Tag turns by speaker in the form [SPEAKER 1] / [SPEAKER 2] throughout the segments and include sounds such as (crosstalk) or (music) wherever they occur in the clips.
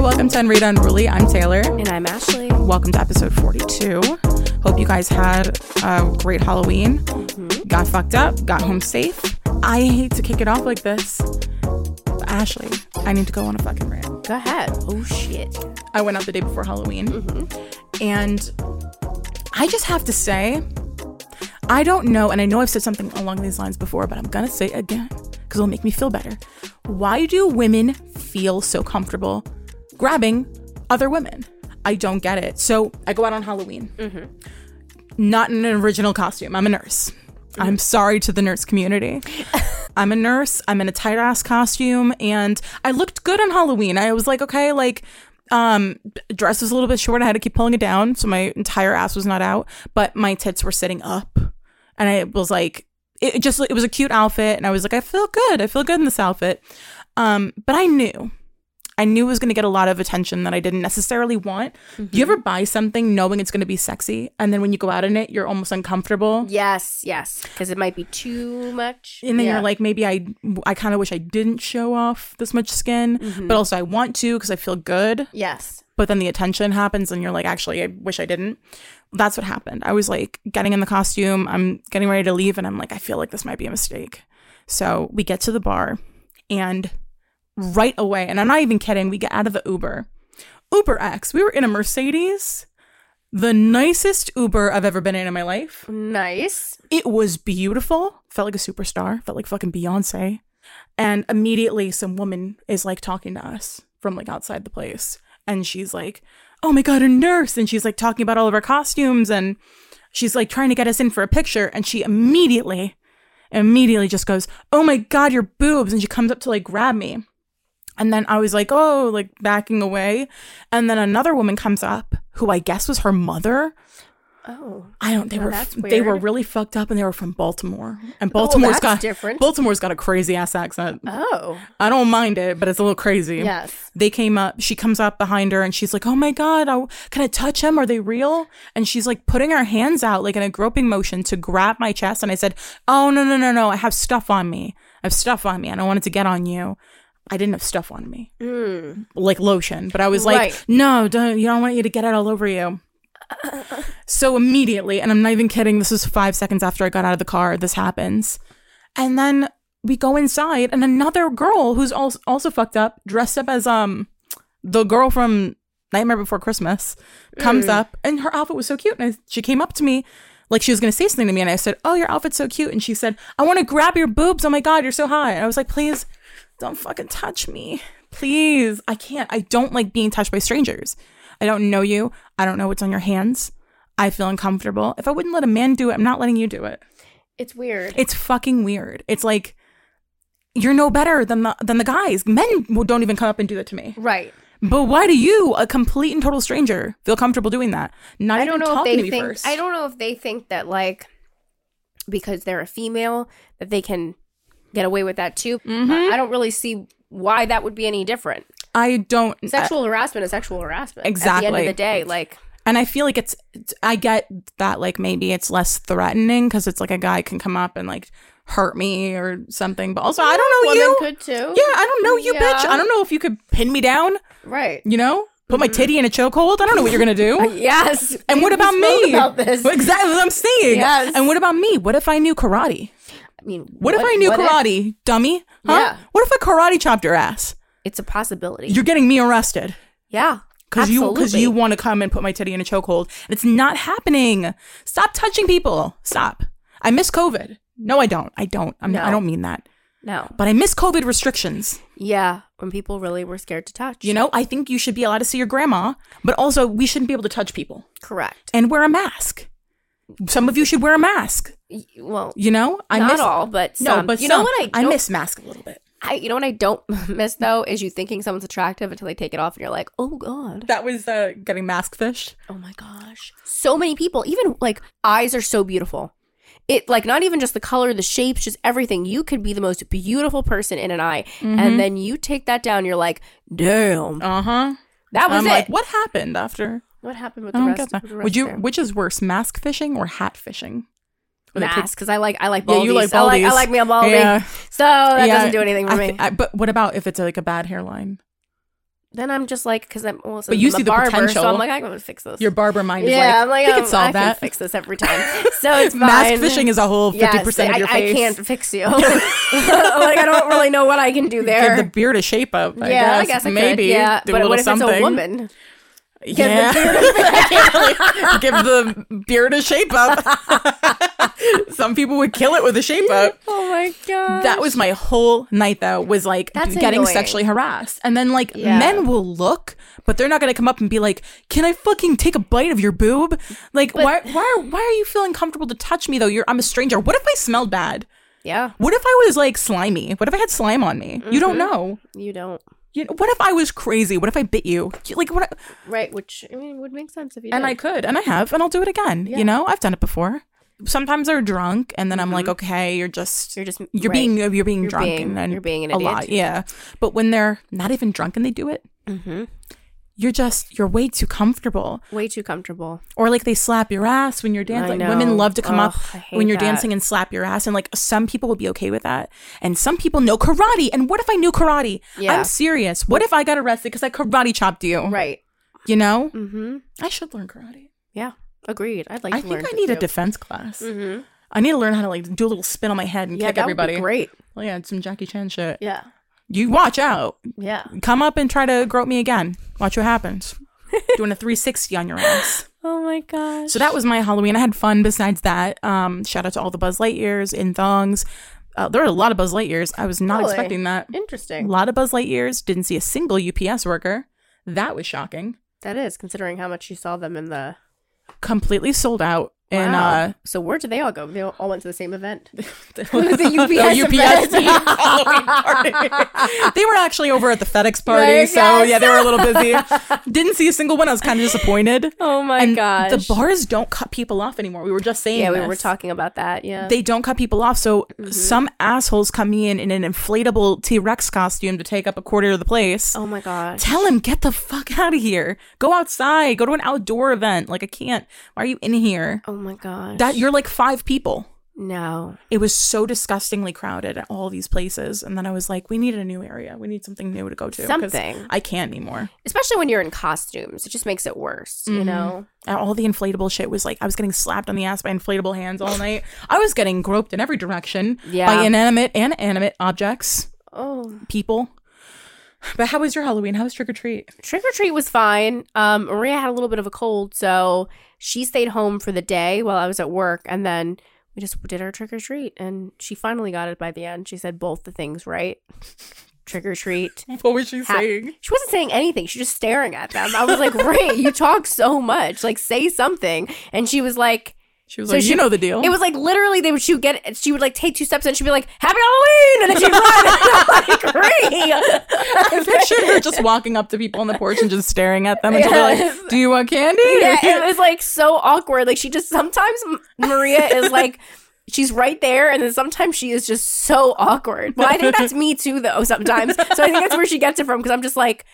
[SPEAKER 1] Welcome to Unread Unruly. I'm Taylor.
[SPEAKER 2] And I'm Ashley.
[SPEAKER 1] Welcome to episode 42. Hope you guys had a great Halloween. Got fucked up, got home safe. I hate to kick it off like this. but Ashley, I need to go on a fucking rant.
[SPEAKER 2] Go ahead. Oh shit.
[SPEAKER 1] I went out the day before Halloween. And I just have to say, I don't know, and I know I've said something along these lines before, but I'm going to say it again because it'll make me feel better. Why do women feel so comfortable grabbing other women? I don't get it. So I go out on Halloween, not in an original costume. I'm a nurse. I'm sorry to the nurse community. I'm a nurse. I'm in a tight ass costume, and I looked good on Halloween. I was like, okay, like, um, dress was a little bit short. I had to keep pulling it down, so my entire ass was not out, but my tits were sitting up, and I was like, it it just it was a cute outfit, and I was like, I feel good. I feel good in this outfit. Um, but I knew. I knew it was going to get a lot of attention that I didn't necessarily want. Do you ever buy something knowing it's going to be sexy, and then when you go out in it, you're almost uncomfortable?
[SPEAKER 2] Yes, yes. Because it might be too much.
[SPEAKER 1] and then
[SPEAKER 2] Yeah.
[SPEAKER 1] you're like maybe i i kind of wish i didn't show off this much skin but also i want to because i feel good
[SPEAKER 2] Yes.
[SPEAKER 1] but then the attention happens and you're like actually i wish i didn't that's what happened i was like getting in the costume i'm getting ready to leave and i'm like i feel like this might be a mistake so we get to the bar and right away and i'm not even kidding we get out of the uber uber x we were in a mercedes the nicest uber i've ever been in in my life
[SPEAKER 2] Nice.
[SPEAKER 1] it was beautiful. Felt like a superstar. Felt like fucking Beyonce. And immediately, some woman is like talking to us from like outside the place. And she's like, oh my God, a nurse. And she's like talking about all of her costumes. And she's like trying to get us in for a picture. And she immediately, immediately just goes, oh my God, your boobs. And she comes up to like grab me. And then I was like, oh, like backing away. And then another woman comes up who I guess was her mother.
[SPEAKER 2] Oh.
[SPEAKER 1] I don't. They were
[SPEAKER 2] that's
[SPEAKER 1] they were
[SPEAKER 2] weird. Oh,
[SPEAKER 1] really fucked up, and they were from Baltimore. And Baltimore's
[SPEAKER 2] that's
[SPEAKER 1] got
[SPEAKER 2] different.
[SPEAKER 1] Baltimore's got a crazy ass accent.
[SPEAKER 2] Oh.
[SPEAKER 1] I don't mind it, but it's a little crazy.
[SPEAKER 2] Yes.
[SPEAKER 1] They came up. She comes up behind her, and she's like, "Oh my god, I, can I touch him? Are they real?" And she's like putting her hands out, like in a groping motion, to grab my chest. And I said, "Oh no, no, no, no! I have stuff on me. I have stuff on me. I don't want it to get on you." I didn't have stuff on me, like lotion, but I was like,
[SPEAKER 2] Right.
[SPEAKER 1] "No, don't. You don't want you to get it all over you." So immediately, and I'm not even kidding, this was five seconds after I got out of the car, this happens. And then we go inside, and another girl who's also, also fucked up, dressed up as um the girl from Nightmare Before Christmas, comes up, and her outfit was so cute. And I, she came up to me like she was going to say something to me, and I said, "Oh, your outfit's so cute." And she said, "I want to grab your boobs. Oh my god, you're so hot." And I was like, "Please, don't fucking touch me, please. I can't. I don't like being touched by strangers. I don't know you. I don't know what's on your hands." I feel uncomfortable. If I wouldn't let a man do it, I'm not letting you do it.
[SPEAKER 2] It's weird.
[SPEAKER 1] It's fucking weird. It's like you're no better than the than the guys. Men will- don't even come up and do that to me.
[SPEAKER 2] right.
[SPEAKER 1] But why do you, a complete and total stranger, feel comfortable doing that? Not
[SPEAKER 2] I
[SPEAKER 1] even
[SPEAKER 2] don't know if
[SPEAKER 1] talking to
[SPEAKER 2] they
[SPEAKER 1] me
[SPEAKER 2] think
[SPEAKER 1] first.
[SPEAKER 2] I don't know if they think that like because they're a female that they can get away with that too.
[SPEAKER 1] Mm-hmm.
[SPEAKER 2] I I don't really see why that would be any different.
[SPEAKER 1] I don't.
[SPEAKER 2] Sexual harassment is sexual harassment. At the end
[SPEAKER 1] Uh, Exactly.
[SPEAKER 2] of the day, like
[SPEAKER 1] and I feel like it's. I get that like maybe it's less threatening because it's like a guy can come up and like hurt me or something. But also, I don't know
[SPEAKER 2] women
[SPEAKER 1] Oh, you.
[SPEAKER 2] could too.
[SPEAKER 1] yeah, I don't know you, bitch.
[SPEAKER 2] Yeah.
[SPEAKER 1] I don't know if you could pin me down.
[SPEAKER 2] Right.
[SPEAKER 1] You know, put
[SPEAKER 2] Mm-hmm.
[SPEAKER 1] my titty in a chokehold. I don't know what you're gonna do.
[SPEAKER 2] (laughs) Yes.
[SPEAKER 1] And what
[SPEAKER 2] We
[SPEAKER 1] about
[SPEAKER 2] spoke
[SPEAKER 1] me?
[SPEAKER 2] About this.
[SPEAKER 1] Well, Exactly what I'm saying.
[SPEAKER 2] Yes.
[SPEAKER 1] And what about me? What if I knew karate?
[SPEAKER 2] I mean,
[SPEAKER 1] What, if I knew
[SPEAKER 2] what if-
[SPEAKER 1] karate, dummy? Huh?
[SPEAKER 2] Yeah.
[SPEAKER 1] What if I karate chopped your ass?
[SPEAKER 2] it's a possibility.
[SPEAKER 1] You're getting me arrested
[SPEAKER 2] yeah.
[SPEAKER 1] because you because
[SPEAKER 2] absolutely.
[SPEAKER 1] you want to come and put my titty in a chokehold. And it's not happening. Stop touching people. Stop. I miss COVID. No, I don't. I don't. I'm, I
[SPEAKER 2] No.
[SPEAKER 1] don't mean that.
[SPEAKER 2] No.
[SPEAKER 1] But I miss COVID restrictions.
[SPEAKER 2] Yeah. When people really were scared to touch.
[SPEAKER 1] You know, I think you should be allowed to see your grandma, but also we shouldn't be able to touch people
[SPEAKER 2] Correct.
[SPEAKER 1] and wear a mask. Some of you should wear a mask.
[SPEAKER 2] Y- Well,
[SPEAKER 1] You know, I
[SPEAKER 2] not
[SPEAKER 1] miss
[SPEAKER 2] all, but some.
[SPEAKER 1] no, but
[SPEAKER 2] you know
[SPEAKER 1] some.
[SPEAKER 2] what I don't,
[SPEAKER 1] miss mask a little bit.
[SPEAKER 2] I, you know what I don't (laughs) miss though is you thinking someone's attractive until they take it off and you're like, oh god,
[SPEAKER 1] That was uh, getting mask fish.
[SPEAKER 2] oh my gosh. So many people, even like eyes are so beautiful. It like not even just the color, the shapes, just everything. You could be the most beautiful person in an eye,
[SPEAKER 1] Mm-hmm.
[SPEAKER 2] and then you take that down. You're like, damn,
[SPEAKER 1] Uh huh.
[SPEAKER 2] that was
[SPEAKER 1] I'm
[SPEAKER 2] it.
[SPEAKER 1] like, what happened after?
[SPEAKER 2] What happened with
[SPEAKER 1] I
[SPEAKER 2] the
[SPEAKER 1] don't get
[SPEAKER 2] rest?
[SPEAKER 1] that.
[SPEAKER 2] with the rest
[SPEAKER 1] Would you?
[SPEAKER 2] there?
[SPEAKER 1] Which is worse, mask fishing or hat fishing? Where they take-
[SPEAKER 2] mask? Because I like I like
[SPEAKER 1] Yeah,
[SPEAKER 2] baldies.
[SPEAKER 1] you like
[SPEAKER 2] I
[SPEAKER 1] baldies.
[SPEAKER 2] like I like me a baldy.
[SPEAKER 1] Yeah.
[SPEAKER 2] So oh, that
[SPEAKER 1] Yeah,
[SPEAKER 2] doesn't do anything for
[SPEAKER 1] I
[SPEAKER 2] me.
[SPEAKER 1] thi- I- but what about if it's like a bad hairline?
[SPEAKER 2] then I'm just like, because I'm also
[SPEAKER 1] But you
[SPEAKER 2] I'm a
[SPEAKER 1] see the
[SPEAKER 2] barber,
[SPEAKER 1] potential.
[SPEAKER 2] So I'm like, I'm gonna fix this.
[SPEAKER 1] Your barber mind is
[SPEAKER 2] yeah,
[SPEAKER 1] like,
[SPEAKER 2] I'm like,
[SPEAKER 1] we
[SPEAKER 2] um,
[SPEAKER 1] can solve
[SPEAKER 2] I
[SPEAKER 1] that.
[SPEAKER 2] fix this
[SPEAKER 1] (laughs)
[SPEAKER 2] every time. So it's
[SPEAKER 1] Mask
[SPEAKER 2] fine.
[SPEAKER 1] fishing is a whole 50%
[SPEAKER 2] Yes,
[SPEAKER 1] of your
[SPEAKER 2] I,
[SPEAKER 1] face.
[SPEAKER 2] I can't fix
[SPEAKER 1] (laughs)
[SPEAKER 2] you. (laughs) like I don't really know what I can do
[SPEAKER 1] Give
[SPEAKER 2] there.
[SPEAKER 1] the beard a shape up. I
[SPEAKER 2] yeah,
[SPEAKER 1] guess.
[SPEAKER 2] I guess I could.
[SPEAKER 1] maybe.
[SPEAKER 2] Yeah,
[SPEAKER 1] Do a
[SPEAKER 2] but
[SPEAKER 1] little
[SPEAKER 2] what if
[SPEAKER 1] something.
[SPEAKER 2] it's a woman?
[SPEAKER 1] yeah. (laughs) I can't really- give the beard a shape up.
[SPEAKER 2] (laughs)
[SPEAKER 1] Some people would kill it with a shape up.
[SPEAKER 2] Oh my god.
[SPEAKER 1] That was my whole night though, was like
[SPEAKER 2] That's
[SPEAKER 1] getting
[SPEAKER 2] annoying.
[SPEAKER 1] sexually harassed. And then like
[SPEAKER 2] Yeah.
[SPEAKER 1] men will look, but they're not gonna come up and be like, Can I fucking take a bite of your boob? Like why why why are you feeling comfortable to touch me though? You're I'm a stranger. What if I smelled bad?
[SPEAKER 2] yeah,
[SPEAKER 1] What if I was like slimy? What if I had slime on me? You don't
[SPEAKER 2] Mm-hmm.
[SPEAKER 1] know.
[SPEAKER 2] you don't.
[SPEAKER 1] You know, what if I was crazy? What if I bit you? You- Like what I-
[SPEAKER 2] Right, which I mean would make sense if you
[SPEAKER 1] and I
[SPEAKER 2] did.
[SPEAKER 1] could, and I have, and I'll do it again. You know, I've done it before. Sometimes they're drunk, and then I'm
[SPEAKER 2] Mm-hmm.
[SPEAKER 1] like, okay, you're just
[SPEAKER 2] You're just-
[SPEAKER 1] you're
[SPEAKER 2] right.
[SPEAKER 1] being you're, you're being drunk,
[SPEAKER 2] being-
[SPEAKER 1] and then
[SPEAKER 2] you're being an
[SPEAKER 1] a lot,
[SPEAKER 2] idiot.
[SPEAKER 1] yeah. But when they're not even drunk and they do it,
[SPEAKER 2] Mm-hmm.
[SPEAKER 1] you're just you're way too comfortable.
[SPEAKER 2] way too comfortable.
[SPEAKER 1] Or like they slap your ass when you're dancing. Like, women
[SPEAKER 2] know.
[SPEAKER 1] love to come
[SPEAKER 2] Ugh,
[SPEAKER 1] up
[SPEAKER 2] I hate
[SPEAKER 1] when you're
[SPEAKER 2] that.
[SPEAKER 1] dancing and slap your ass, and like some people will be okay with that, and some people know karate. And what if I knew karate?
[SPEAKER 2] Yeah.
[SPEAKER 1] I'm serious. What if I got arrested because I karate chopped you?
[SPEAKER 2] Right.
[SPEAKER 1] You know,
[SPEAKER 2] Mm-hmm.
[SPEAKER 1] I should learn karate.
[SPEAKER 2] Yeah. Agreed. I'd like.
[SPEAKER 1] I
[SPEAKER 2] to
[SPEAKER 1] think
[SPEAKER 2] learn
[SPEAKER 1] I
[SPEAKER 2] to
[SPEAKER 1] need a
[SPEAKER 2] do.
[SPEAKER 1] defense class.
[SPEAKER 2] Mhm.
[SPEAKER 1] I need to learn how to like do a little spin on my head and
[SPEAKER 2] Yeah,
[SPEAKER 1] kick
[SPEAKER 2] that would be
[SPEAKER 1] everybody.
[SPEAKER 2] great.
[SPEAKER 1] Well, yeah, it's some Jackie Chan shit.
[SPEAKER 2] Yeah.
[SPEAKER 1] You watch out.
[SPEAKER 2] Yeah.
[SPEAKER 1] Come up and try to grope me again. Watch what
[SPEAKER 2] (laughs)
[SPEAKER 1] happens. Doing a 360 on your ass.
[SPEAKER 2] Oh my gosh.
[SPEAKER 1] So that was my Halloween. I had fun besides that. Um, shout out to all the Buzz Lightyears in thongs. Uh, there were a lot of Buzz Lightyears. I was not
[SPEAKER 2] Really?
[SPEAKER 1] expecting that. A
[SPEAKER 2] Interesting.
[SPEAKER 1] lot of Buzz Lightyears. Didn't see a single UPS worker. That was shocking.
[SPEAKER 2] That is considering how much you saw them in the.
[SPEAKER 1] Completely sold out. And
[SPEAKER 2] Wow.
[SPEAKER 1] uh,
[SPEAKER 2] so where did they all go? They all went to the same event.
[SPEAKER 1] (laughs) the
[SPEAKER 2] (laughs) The UPS event.
[SPEAKER 1] team (laughs) Halloween party. (laughs) they were actually over at the FedEx party,
[SPEAKER 2] Right,
[SPEAKER 1] so
[SPEAKER 2] yes.
[SPEAKER 1] yeah, they were a little
[SPEAKER 2] (laughs)
[SPEAKER 1] busy. Didn't see a single one. I was kind of disappointed.
[SPEAKER 2] Oh my
[SPEAKER 1] and
[SPEAKER 2] gosh.
[SPEAKER 1] the bars don't cut people off anymore. We were just saying,
[SPEAKER 2] (laughs) Yeah, we
[SPEAKER 1] this.
[SPEAKER 2] were talking about Mm-hmm. that. Yeah.
[SPEAKER 1] They don't cut people off, so some assholes come in in an inflatable T Rex costume to take up a quarter of the place.
[SPEAKER 2] oh my gosh.
[SPEAKER 1] Tell him, get the fuck out of here. Go outside. Go to an outdoor event. Like I can't. Why are you in here?
[SPEAKER 2] Oh my gosh.
[SPEAKER 1] That you're like five people
[SPEAKER 2] no.
[SPEAKER 1] it was so disgustingly crowded at all these places and then i was like we need a new area we need something new to go to 'cause
[SPEAKER 2] Something.
[SPEAKER 1] i can't anymore
[SPEAKER 2] Especially when you're in costumes, it just makes it worse.
[SPEAKER 1] Mm-hmm.
[SPEAKER 2] You know.
[SPEAKER 1] And Uh, all the inflatable shit was like i was getting slapped on the ass by inflatable hands all night i was getting groped in every direction
[SPEAKER 2] Yeah.
[SPEAKER 1] by inanimate and animate objects
[SPEAKER 2] Oh.
[SPEAKER 1] people but how was your halloween how was trick or treat
[SPEAKER 2] (laughs) Trick or treat was fine. Um, Maria had a little bit of a cold, so she stayed home for the day while I was at work, and then we just did our trick or treat, and she finally got it by the end. She said both the things right. (laughs) Trick or treat.
[SPEAKER 1] what was she
[SPEAKER 2] Ha-
[SPEAKER 1] saying
[SPEAKER 2] She wasn't saying anything. She was just staring at them. I was like, (laughs) "Ray, you talk so much. Like, say something." And she was like,
[SPEAKER 1] she was
[SPEAKER 2] So
[SPEAKER 1] like
[SPEAKER 2] she-
[SPEAKER 1] you know the deal
[SPEAKER 2] it
[SPEAKER 1] (laughs)
[SPEAKER 2] was like literally they would she would get she would like take two steps and she'd be like Happy Halloween and then she'd run (laughs) and I'm like
[SPEAKER 1] I pictured her just walking up to people on the porch and just staring at
[SPEAKER 2] (laughs)
[SPEAKER 1] them until they're
[SPEAKER 2] Yes.
[SPEAKER 1] like, "Do you want candy?"
[SPEAKER 2] yeah
[SPEAKER 1] (laughs)
[SPEAKER 2] it was like so awkward like she just sometimes M- Maria is like (laughs) she's right there and then sometimes she is just so awkward well I think that's me too though sometimes so I think that's where she gets it from because I'm just like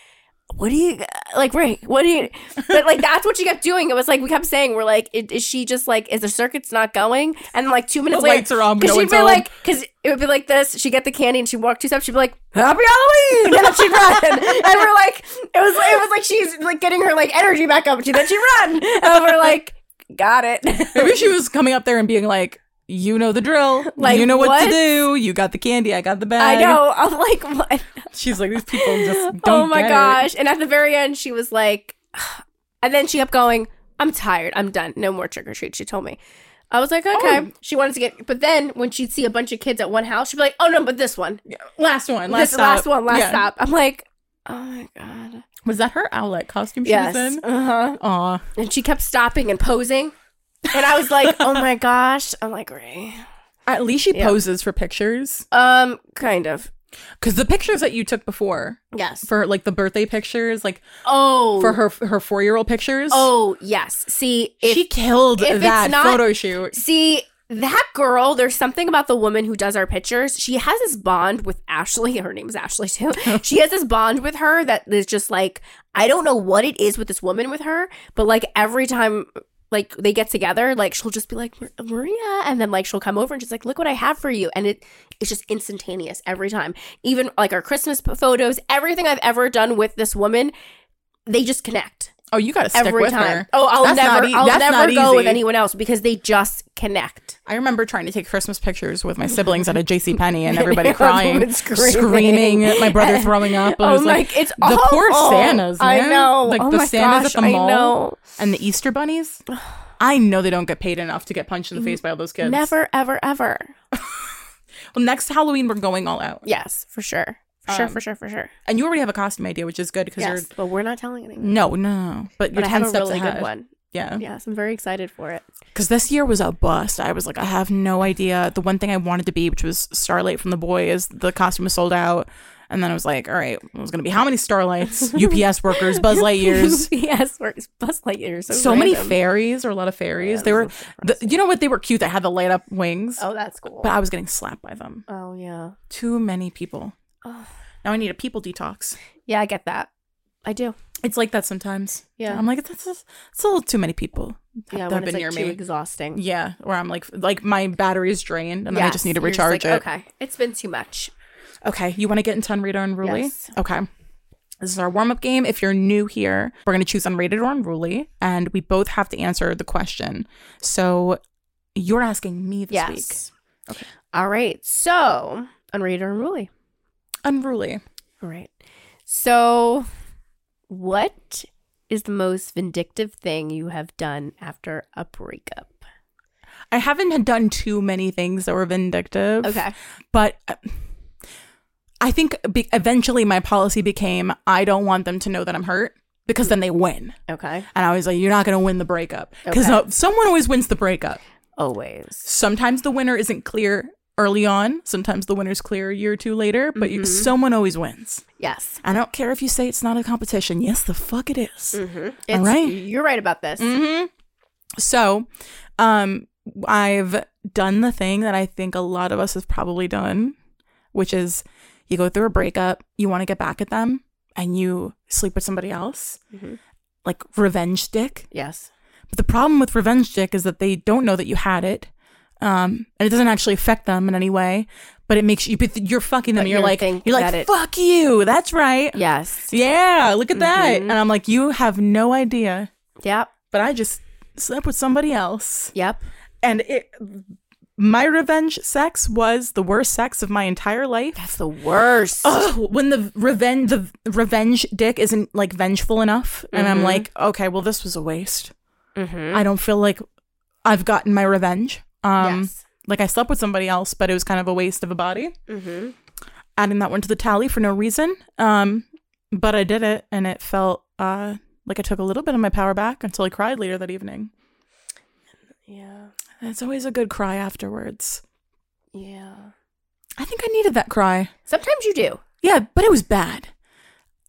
[SPEAKER 2] what do you like Ray what do you but like that's what she kept doing it was like we kept saying we're like i- is she just like is the circuit's not going and like two minutes
[SPEAKER 1] The
[SPEAKER 2] later
[SPEAKER 1] lights are on, but
[SPEAKER 2] because
[SPEAKER 1] no
[SPEAKER 2] she'd
[SPEAKER 1] one's
[SPEAKER 2] be
[SPEAKER 1] home.
[SPEAKER 2] like because it would be like this she'd get the candy and she'd walk two steps she'd be like happy Halloween and then she'd run and we're like it was it was like she's like getting her like energy back up and she then she'd run and we're like got it
[SPEAKER 1] Maybe she was coming up there and being like, "You know the drill.
[SPEAKER 2] Like,
[SPEAKER 1] you know what,
[SPEAKER 2] what?
[SPEAKER 1] to do. You got the candy. I got the
[SPEAKER 2] (laughs) I
[SPEAKER 1] bag."
[SPEAKER 2] know I'm like what
[SPEAKER 1] She's like, "These people just don't."
[SPEAKER 2] (laughs) oh my
[SPEAKER 1] get it."
[SPEAKER 2] gosh and at the very end she was like (sighs) and then she kept going i'm tired i'm done no more trick-or-treat she told me i was like okay
[SPEAKER 1] Oh.
[SPEAKER 2] she wanted to get but then when she'd see a bunch of kids at one house she'd be like oh no but this one
[SPEAKER 1] Last one. Last
[SPEAKER 2] this
[SPEAKER 1] stop.
[SPEAKER 2] last one last
[SPEAKER 1] uh, Yeah.
[SPEAKER 2] stop i'm like oh my god
[SPEAKER 1] Was that her outlet costume she was
[SPEAKER 2] yes
[SPEAKER 1] in?
[SPEAKER 2] uh-huh
[SPEAKER 1] Aw.
[SPEAKER 2] and she kept stopping and posing and i
[SPEAKER 1] (laughs)
[SPEAKER 2] was like oh my gosh i'm like ray
[SPEAKER 1] At least she
[SPEAKER 2] Yeah.
[SPEAKER 1] poses for pictures
[SPEAKER 2] um kind of
[SPEAKER 1] because the pictures that you took before
[SPEAKER 2] yes
[SPEAKER 1] for like the birthday pictures, like
[SPEAKER 2] oh
[SPEAKER 1] for her her four year old pictures.
[SPEAKER 2] oh yes see if
[SPEAKER 1] she killed
[SPEAKER 2] if it's
[SPEAKER 1] that
[SPEAKER 2] not-
[SPEAKER 1] photo shoot.
[SPEAKER 2] See, that girl, there's something about the woman who does our pictures. She has this bond with Ashley. (laughs) Her name is Ashley too. she has this bond with her that is just like, I don't know what it is with this woman with her, but like every time like they get together, like she'll just be like "Mar- Maria, and then like she'll come over and she's like, "Look what I have for you," and it it's just instantaneous every time. Even like our Christmas p- photos, everything I've ever done with this woman, they just connect
[SPEAKER 1] Oh, you got to stick
[SPEAKER 2] every
[SPEAKER 1] with
[SPEAKER 2] time.
[SPEAKER 1] her.
[SPEAKER 2] Oh, I'll
[SPEAKER 1] That's
[SPEAKER 2] never,
[SPEAKER 1] not e-
[SPEAKER 2] I'll
[SPEAKER 1] that's
[SPEAKER 2] never
[SPEAKER 1] not
[SPEAKER 2] go with
[SPEAKER 1] easy.
[SPEAKER 2] anyone else because they just connect.
[SPEAKER 1] I remember trying to take Christmas pictures with my siblings at a JC Penney and
[SPEAKER 2] (laughs)
[SPEAKER 1] everybody crying,
[SPEAKER 2] Everyone
[SPEAKER 1] screaming.
[SPEAKER 2] screaming.
[SPEAKER 1] my brother throwing up. I
[SPEAKER 2] Oh
[SPEAKER 1] was
[SPEAKER 2] my!
[SPEAKER 1] like,
[SPEAKER 2] it's
[SPEAKER 1] the poor
[SPEAKER 2] awful.
[SPEAKER 1] Santas.
[SPEAKER 2] I
[SPEAKER 1] man.
[SPEAKER 2] know.
[SPEAKER 1] Like
[SPEAKER 2] oh
[SPEAKER 1] the
[SPEAKER 2] my
[SPEAKER 1] Santas
[SPEAKER 2] gosh,
[SPEAKER 1] at the mall
[SPEAKER 2] I know.
[SPEAKER 1] and the Easter bunnies. I know they don't get paid enough to get punched in the face by all those kids.
[SPEAKER 2] Mm-hmm. Never, ever, ever.
[SPEAKER 1] Well, next Halloween we're going all out,
[SPEAKER 2] Yes, for sure. For sure,
[SPEAKER 1] Um,
[SPEAKER 2] for sure, for sure.
[SPEAKER 1] and you already have a costume idea, which is good because
[SPEAKER 2] Yes,
[SPEAKER 1] you're
[SPEAKER 2] but we're not telling anyone.
[SPEAKER 1] no, no, no. but you're
[SPEAKER 2] But I
[SPEAKER 1] ten
[SPEAKER 2] have a
[SPEAKER 1] steps
[SPEAKER 2] really
[SPEAKER 1] ahead.
[SPEAKER 2] good one.
[SPEAKER 1] Yeah,
[SPEAKER 2] Yes, I'm very excited for it.
[SPEAKER 1] because this year was a bust. I was like, I have no idea. The one thing I wanted to be, which was Starlight from The Boys, the costume was sold out. And then I was like, all right, it was going to be how many
[SPEAKER 2] (laughs)
[SPEAKER 1] Starlights, UPS workers, Buzz Lightyears,
[SPEAKER 2] yes, works. Buzz Lightyear. So,
[SPEAKER 1] so many
[SPEAKER 2] random.
[SPEAKER 1] fairies or a lot of fairies.
[SPEAKER 2] Yeah,
[SPEAKER 1] they were,
[SPEAKER 2] those are
[SPEAKER 1] the, you know what? They were cute. They had the light up wings,
[SPEAKER 2] Oh, that's cool.
[SPEAKER 1] but I was getting slapped by them.
[SPEAKER 2] oh yeah.
[SPEAKER 1] Too many people.
[SPEAKER 2] Oh.
[SPEAKER 1] Now I need a people detox.
[SPEAKER 2] Yeah, I get that. I do.
[SPEAKER 1] It's like that sometimes.
[SPEAKER 2] Yeah.
[SPEAKER 1] I'm like, that's, that's a little too many people have to
[SPEAKER 2] yeah, when
[SPEAKER 1] have
[SPEAKER 2] it's
[SPEAKER 1] been
[SPEAKER 2] like
[SPEAKER 1] near
[SPEAKER 2] too
[SPEAKER 1] me.
[SPEAKER 2] exhausting.
[SPEAKER 1] yeah. Or I'm like, like my battery's drained and then I just
[SPEAKER 2] Yes,
[SPEAKER 1] need to
[SPEAKER 2] you're just like,
[SPEAKER 1] recharge it.
[SPEAKER 2] Okay, it's been too much.
[SPEAKER 1] Okay, you want to get into unrated or unruly?
[SPEAKER 2] Yes.
[SPEAKER 1] Okay. This is our warm up game. If you're new here, we're going to choose unrated or unruly, and we both have to answer the question. So you're asking me this
[SPEAKER 2] Yes. All right. So unrated or unruly.
[SPEAKER 1] week. Unruly.
[SPEAKER 2] All right. So what is the most vindictive thing you have done after a breakup?
[SPEAKER 1] I haven't done too many things that were vindictive.
[SPEAKER 2] Okay.
[SPEAKER 1] But uh, I think be- eventually my policy became I don't want them to know that I'm hurt because then they win.
[SPEAKER 2] Okay.
[SPEAKER 1] And I was like, you're not going to win the breakup because
[SPEAKER 2] Okay.
[SPEAKER 1] someone always wins the breakup.
[SPEAKER 2] Always.
[SPEAKER 1] sometimes the winner isn't clear early on sometimes the winner's clear a year or two later but you, someone always wins
[SPEAKER 2] Yes.
[SPEAKER 1] Mm-hmm. i don't care if you say it's not a competition yes the fuck it is.
[SPEAKER 2] It's,
[SPEAKER 1] right.
[SPEAKER 2] You're right about this.
[SPEAKER 1] Mm. Mm-hmm. so um i've done the thing that i think a lot of us have probably done which is you go through a breakup you want to get back at them and you sleep with somebody else like revenge dick
[SPEAKER 2] Yes.
[SPEAKER 1] But the problem with revenge dick is that they don't know that you had it, um, and it doesn't actually affect them in any way. But it makes you. But you're fucking them.
[SPEAKER 2] But
[SPEAKER 1] you're
[SPEAKER 2] you
[SPEAKER 1] like
[SPEAKER 2] think
[SPEAKER 1] you're like
[SPEAKER 2] that it-
[SPEAKER 1] fuck you. That's right.
[SPEAKER 2] Yes.
[SPEAKER 1] Yeah. Look at that.
[SPEAKER 2] Mm-hmm.
[SPEAKER 1] And I'm like, you have no idea.
[SPEAKER 2] Yep.
[SPEAKER 1] But I just slept with somebody else,
[SPEAKER 2] Yep.
[SPEAKER 1] and it. My revenge sex was the worst sex of my entire life.
[SPEAKER 2] That's the worst.
[SPEAKER 1] Oh, when the revenge the revenge dick isn't like vengeful enough, and I'm like, okay, well, this was a waste. I don't feel like I've gotten my revenge. Um,
[SPEAKER 2] Yes.
[SPEAKER 1] Like I slept with somebody else, but it was kind of a waste of a body. Adding that one to the tally for no reason. Um, but I did it, and it felt uh, like I took a little bit of my power back until I cried later that evening.
[SPEAKER 2] Yeah.
[SPEAKER 1] It's always a good cry afterwards.
[SPEAKER 2] Yeah.
[SPEAKER 1] I think I needed that cry.
[SPEAKER 2] Sometimes you do.
[SPEAKER 1] Yeah, but it was bad.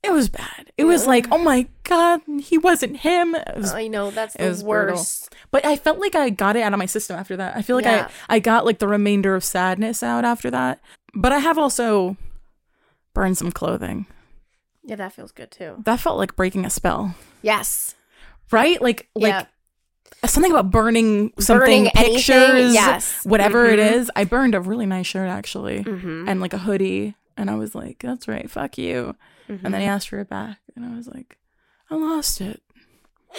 [SPEAKER 1] It was bad. It was like, oh my god, he wasn't him. It was-
[SPEAKER 2] I know that's
[SPEAKER 1] it
[SPEAKER 2] the
[SPEAKER 1] was brutal.
[SPEAKER 2] worst.
[SPEAKER 1] but I felt like I got it out of my system after that. I feel like
[SPEAKER 2] Yeah.
[SPEAKER 1] I I got like the remainder of sadness out after that. But I have also burned some clothing.
[SPEAKER 2] Yeah, that feels good too.
[SPEAKER 1] That felt like breaking a spell,
[SPEAKER 2] Yes.
[SPEAKER 1] right? Like like
[SPEAKER 2] yeah.
[SPEAKER 1] something about burning something,
[SPEAKER 2] Burning anything,
[SPEAKER 1] pictures,
[SPEAKER 2] yes. Mm-hmm.
[SPEAKER 1] whatever it is. I burned a really nice shirt actually, and like a hoodie, and I was like, "That's right, fuck you." And then he asked for it back, and I was like, "I lost (laughs) it."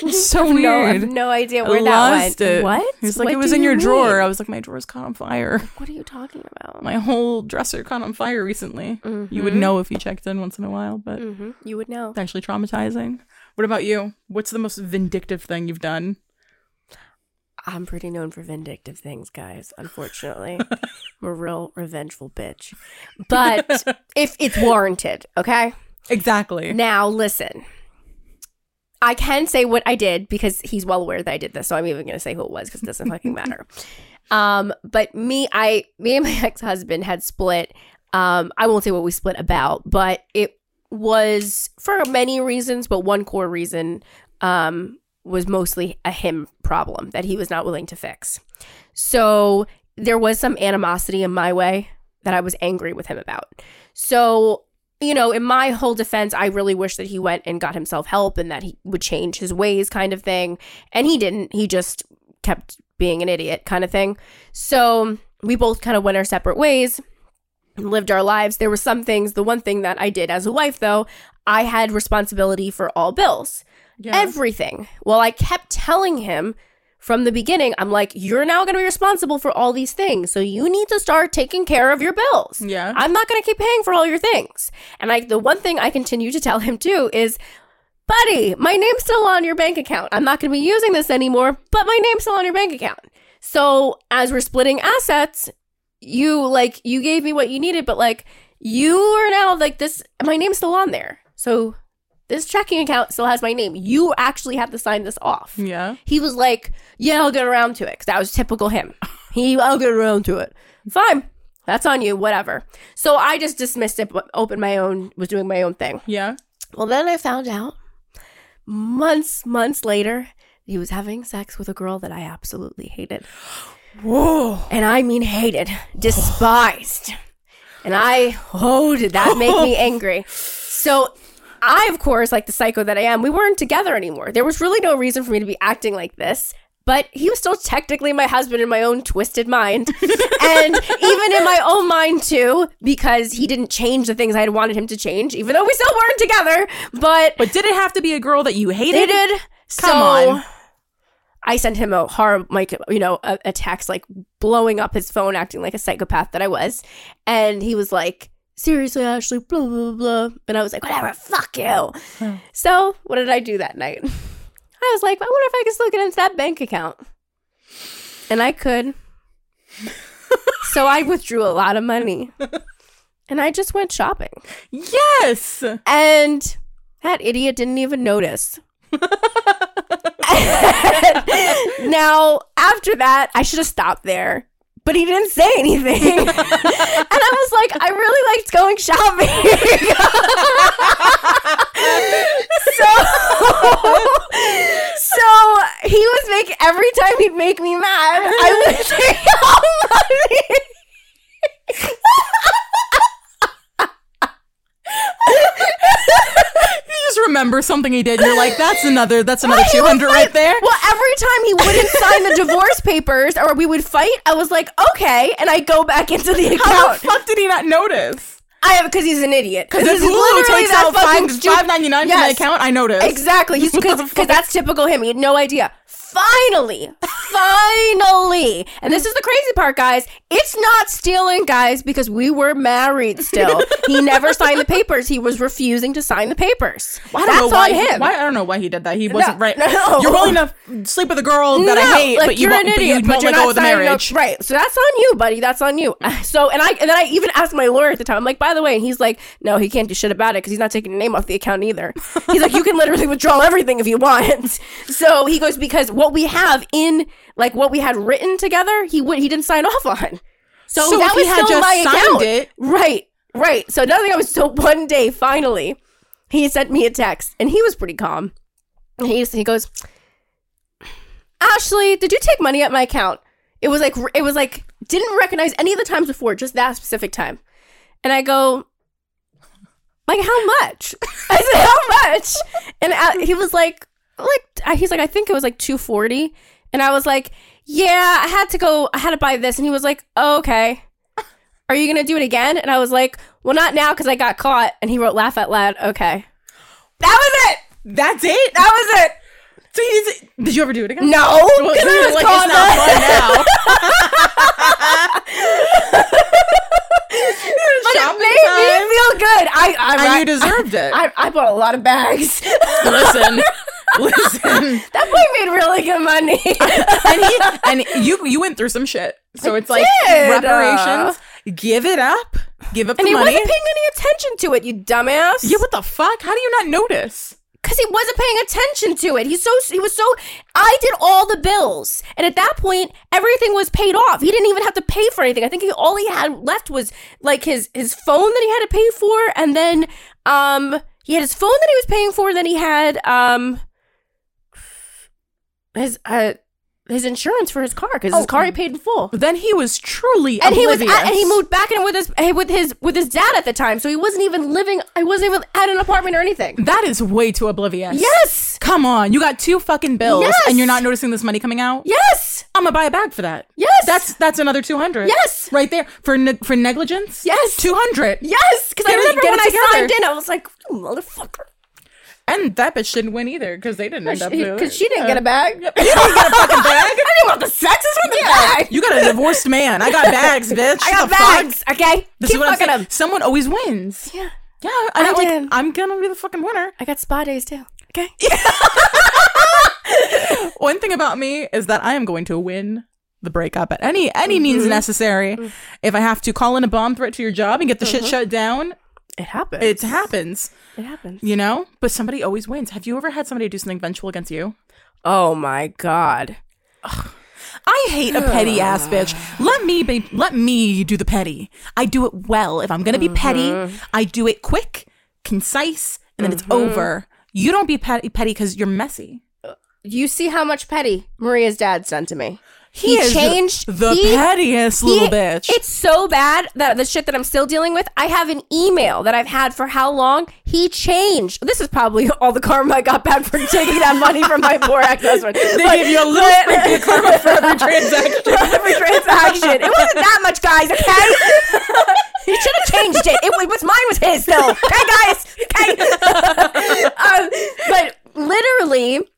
[SPEAKER 1] It's so weird.
[SPEAKER 2] No, I have no idea
[SPEAKER 1] I
[SPEAKER 2] where that
[SPEAKER 1] lost
[SPEAKER 2] went.
[SPEAKER 1] it.
[SPEAKER 2] What?
[SPEAKER 1] He was like,
[SPEAKER 2] What
[SPEAKER 1] "It was
[SPEAKER 2] do
[SPEAKER 1] in
[SPEAKER 2] you
[SPEAKER 1] your drawer."
[SPEAKER 2] mean?
[SPEAKER 1] I was like, "My drawer's caught on fire." (laughs)
[SPEAKER 2] What are you talking about?
[SPEAKER 1] My whole dresser caught on fire recently. You would know if you checked in once in a while, but
[SPEAKER 2] hmm You would know.
[SPEAKER 1] it's actually traumatizing. What about you? What's the most vindictive thing you've done?
[SPEAKER 2] I'm pretty known for vindictive things, (laughs) guys. Unfortunately, I'm a real revengeful (laughs) bitch. But if it's warranted, okay?
[SPEAKER 1] Exactly.
[SPEAKER 2] Now, listen. I can say what I did because he's well aware that I did this, so I'm even going to say who it was because it doesn't fucking matter. Um, but me, I, me and my (laughs) ex husband had split. Um, I won't say what we split about, but it was for many reasons, but one core reason, um, was mostly a him problem that he was not willing to fix. So there was some animosity in my way that I was angry with him about. So you know, in my whole defense, I really wish that he went and got himself help and that he would change his ways, kind of thing. And he didn't. He just kept being an idiot, kind of thing. So we both kind of went our separate ways and lived our lives. There were some things. The one thing that I did as a wife, though, I had responsibility for all bills, everything. Well, I kept telling him from the beginning, I'm like, you're now going to be responsible for all these things. So you need to start taking care of your bills.
[SPEAKER 1] Yeah.
[SPEAKER 2] I'm not going to keep paying for all your things. And I, the one thing I continue to tell him too is, buddy, my name's still on your bank account. I'm not going to be using this anymore, but my name's still on your bank account. So as we're splitting assets, you like, you gave me what you needed, but like, you are now like this, my name's still on there. So this checking account still has my name. You actually have to sign this off
[SPEAKER 1] yeah.
[SPEAKER 2] he was like, "Yeah, I'll get around to it." 'cause that was typical (laughs) him. He, I'll get around to it. Fine, that's on you. Whatever. So I just dismissed it, but opened my own, was doing my own thing.
[SPEAKER 1] Yeah.
[SPEAKER 2] Well, then I found out months, months later, he was having sex with a girl that I absolutely hated,
[SPEAKER 1] Whoa.
[SPEAKER 2] and I mean hated, despised. And I, oh, did that make me angry? So I, of course, like the psycho that I am, we weren't together anymore. There was really no reason for me to be acting like this. But he was still technically my husband in my own twisted mind. and even in my own mind, too, because he didn't change the things I had wanted him to change, even though we still weren't together. But
[SPEAKER 1] But did it have to be a girl that you
[SPEAKER 2] they
[SPEAKER 1] hated?
[SPEAKER 2] did.
[SPEAKER 1] Come
[SPEAKER 2] so
[SPEAKER 1] on.
[SPEAKER 2] I sent him a horror, like you know, a, a text, like blowing up his phone, acting like a psychopath that I was, and he was like, "Seriously, Ashley, blah blah blah," and I was like, "Whatever, fuck you."
[SPEAKER 1] Hmm.
[SPEAKER 2] So what did I do that night? (laughs) I was like, "I wonder if I can still get into that bank account," and I
[SPEAKER 1] (laughs)
[SPEAKER 2] could. so I withdrew a lot of money, and I just went shopping.
[SPEAKER 1] Yes.
[SPEAKER 2] And that idiot didn't even notice. (laughs) now, after that, I should have stopped there. But he didn't say anything. (laughs) and I was like, I really liked going shopping. (laughs) so, (laughs) so he was making, every time he'd make me mad, I would (laughs) "Oh, take all money.
[SPEAKER 1] You just remember something he did. And you're like, that's another. That's another two hundred right there.
[SPEAKER 2] Well, every time he wouldn't sign the divorce papers or we would fight, I was like, okay. And I go back into the
[SPEAKER 1] How the
[SPEAKER 2] account.
[SPEAKER 1] fuck did he not notice?
[SPEAKER 2] I have, because he's an idiot. Because
[SPEAKER 1] This Hulu takes out five five ninety nine from the
[SPEAKER 2] Yes.
[SPEAKER 1] account. I noticed.
[SPEAKER 2] (laughs)
[SPEAKER 1] (laughs)
[SPEAKER 2] Exactly. He's because that's typical him. He had no idea. Finally, finally, and this is the crazy part, guys. It's not stealing, guys, because we were married still.
[SPEAKER 1] (laughs)
[SPEAKER 2] he never signed the papers. He was refusing to sign the papers.
[SPEAKER 1] I don't
[SPEAKER 2] that's
[SPEAKER 1] know why
[SPEAKER 2] on
[SPEAKER 1] he-
[SPEAKER 2] him.
[SPEAKER 1] why I don't know why he did that. He wasn't right.
[SPEAKER 2] (laughs) no.
[SPEAKER 1] You're willing to sleep with a girl that I hate, but you
[SPEAKER 2] you're
[SPEAKER 1] won't,
[SPEAKER 2] an
[SPEAKER 1] but
[SPEAKER 2] idiot,
[SPEAKER 1] you won't let go of the
[SPEAKER 2] signing up-
[SPEAKER 1] marriage.
[SPEAKER 2] right. So that's on you, buddy. That's on you. (laughs) So and I and then I even asked my lawyer at the time. I'm like, by the way, and he's like, no, he can't do shit about it because he's not taking your name off the
[SPEAKER 1] (laughs)
[SPEAKER 2] account either. He's like, you can literally withdraw everything if you want. (laughs) So he goes because what we have in like what we had written together, he would he didn't sign off on. So,
[SPEAKER 1] So
[SPEAKER 2] that
[SPEAKER 1] if
[SPEAKER 2] was
[SPEAKER 1] he had
[SPEAKER 2] still
[SPEAKER 1] just
[SPEAKER 2] my
[SPEAKER 1] signed
[SPEAKER 2] account.
[SPEAKER 1] it-
[SPEAKER 2] right? Right. So nothing. I was so one day finally, he sent me a text and he was pretty calm. And he he goes, Ashley, did you take money at my account? It was like it was like didn't recognize any of the times before, just that specific time. And I go, like how much? (laughs) I said how much? And I, he was like, like I- he's like I think it was like two forty. And I was like, yeah, I had to go, I had to buy this. And he was like, oh, okay. Are you gonna do it again? And I was like, well, not now because I got caught. And he wrote, laugh out loud. Okay, that was it.
[SPEAKER 1] That's it.
[SPEAKER 2] That was it.
[SPEAKER 1] So he's, did you ever do it again?
[SPEAKER 2] No,
[SPEAKER 1] Well,
[SPEAKER 2] 'cause I
[SPEAKER 1] you're
[SPEAKER 2] was
[SPEAKER 1] like,
[SPEAKER 2] caught
[SPEAKER 1] it's not
[SPEAKER 2] up.
[SPEAKER 1] fun now. (laughs)
[SPEAKER 2] (laughs) But it
[SPEAKER 1] Shopping
[SPEAKER 2] made
[SPEAKER 1] time.
[SPEAKER 2] me feel good. I, I,
[SPEAKER 1] And you deserved it.
[SPEAKER 2] I, I bought a lot of bags. (laughs) that
[SPEAKER 1] listen, listen.
[SPEAKER 2] boy made really good
[SPEAKER 1] (laughs)
[SPEAKER 2] money. (laughs)
[SPEAKER 1] And he and you you went through some shit. So it's like
[SPEAKER 2] did, uh.
[SPEAKER 1] reparations. give it up. Give up
[SPEAKER 2] and
[SPEAKER 1] the
[SPEAKER 2] he
[SPEAKER 1] money.
[SPEAKER 2] wasn't paying any attention to it, you dumbass.
[SPEAKER 1] yeah, what the fuck? How do you not notice?
[SPEAKER 2] because he wasn't paying attention to it. He's so he was so. I did all the bills, and at that point, everything was paid off. He didn't even have to pay for anything. I think he, all he had left was like his his phone that he had to pay for, and then um he had his phone that he was paying for. Then he had um his uh his insurance for his car because his car he paid in full.
[SPEAKER 1] Then he was truly
[SPEAKER 2] And he was
[SPEAKER 1] oblivious.
[SPEAKER 2] at, and he moved back in with his eh, with his with his dad at the time, so he wasn't even living. I wasn't even at an apartment or anything.
[SPEAKER 1] That is way too oblivious.
[SPEAKER 2] Yes,
[SPEAKER 1] Come on, you got two fucking bills
[SPEAKER 2] Yes.
[SPEAKER 1] and you're not noticing this money coming out?
[SPEAKER 2] yes,
[SPEAKER 1] I'm gonna buy a bag for that.
[SPEAKER 2] Yes.
[SPEAKER 1] That's that's another 200.
[SPEAKER 2] Yes.
[SPEAKER 1] Right there for ne- for negligence?
[SPEAKER 2] Yes.
[SPEAKER 1] 200.
[SPEAKER 2] yes. Because I
[SPEAKER 1] Get it-
[SPEAKER 2] remember
[SPEAKER 1] get
[SPEAKER 2] when
[SPEAKER 1] it
[SPEAKER 2] I signed
[SPEAKER 1] together.
[SPEAKER 2] in, I was like, "You motherfucker,
[SPEAKER 1] And that bitch didn't win either cuz they didn't end up
[SPEAKER 2] because she didn't get a
[SPEAKER 1] bag.
[SPEAKER 2] bag.
[SPEAKER 1] (laughs) You
[SPEAKER 2] (laughs)
[SPEAKER 1] didn't get a fucking bag.
[SPEAKER 2] I didn't want the sexes with the bag.
[SPEAKER 1] You got a divorced man. I got bags, bitch.
[SPEAKER 2] I got
[SPEAKER 1] The fuck?
[SPEAKER 2] bags. Okay,
[SPEAKER 1] This
[SPEAKER 2] keep
[SPEAKER 1] is what I'm
[SPEAKER 2] fucking
[SPEAKER 1] saying.
[SPEAKER 2] them.
[SPEAKER 1] Someone always wins.
[SPEAKER 2] Yeah,
[SPEAKER 1] Yeah, I, am
[SPEAKER 2] did.
[SPEAKER 1] like, I'm gonna be the fucking winner.
[SPEAKER 2] I got spa days too. Okay.
[SPEAKER 1] One thing about me is that I am going to win the breakup at any any means necessary. If I have to call in a bomb threat to your job and get the shit shut down,
[SPEAKER 2] It happens.
[SPEAKER 1] it happens.
[SPEAKER 2] it happens.
[SPEAKER 1] You know? But somebody always wins. Have you ever had somebody do something vengeful against you?
[SPEAKER 2] Oh my god.
[SPEAKER 1] I hate a petty ass bitch. (sighs) Let me be, let me do the petty. I do it well. If I'm gonna be petty, I do it quick, concise, and then it's over. You don't be petty petty because you're messy.
[SPEAKER 2] You see how much petty Maria's dad's done to me.
[SPEAKER 1] He, is the-
[SPEAKER 2] changed-
[SPEAKER 1] the,
[SPEAKER 2] he-
[SPEAKER 1] pettiest little
[SPEAKER 2] He- (laughs)
[SPEAKER 1] bitch.
[SPEAKER 2] It's so bad that the shit that I'm still dealing with. I have an email that I've had for how long? He changed. This is probably (laughs) all the karma I got back for taking that money from my poor ex husband.
[SPEAKER 1] They give you a little sprinkle of karma for every transaction.
[SPEAKER 2] every transaction. It wasn't that much, guys. Okay. (laughs) He should have changed it. It was mine was his though. Okay, guys. Okay. (laughs) um, but literally,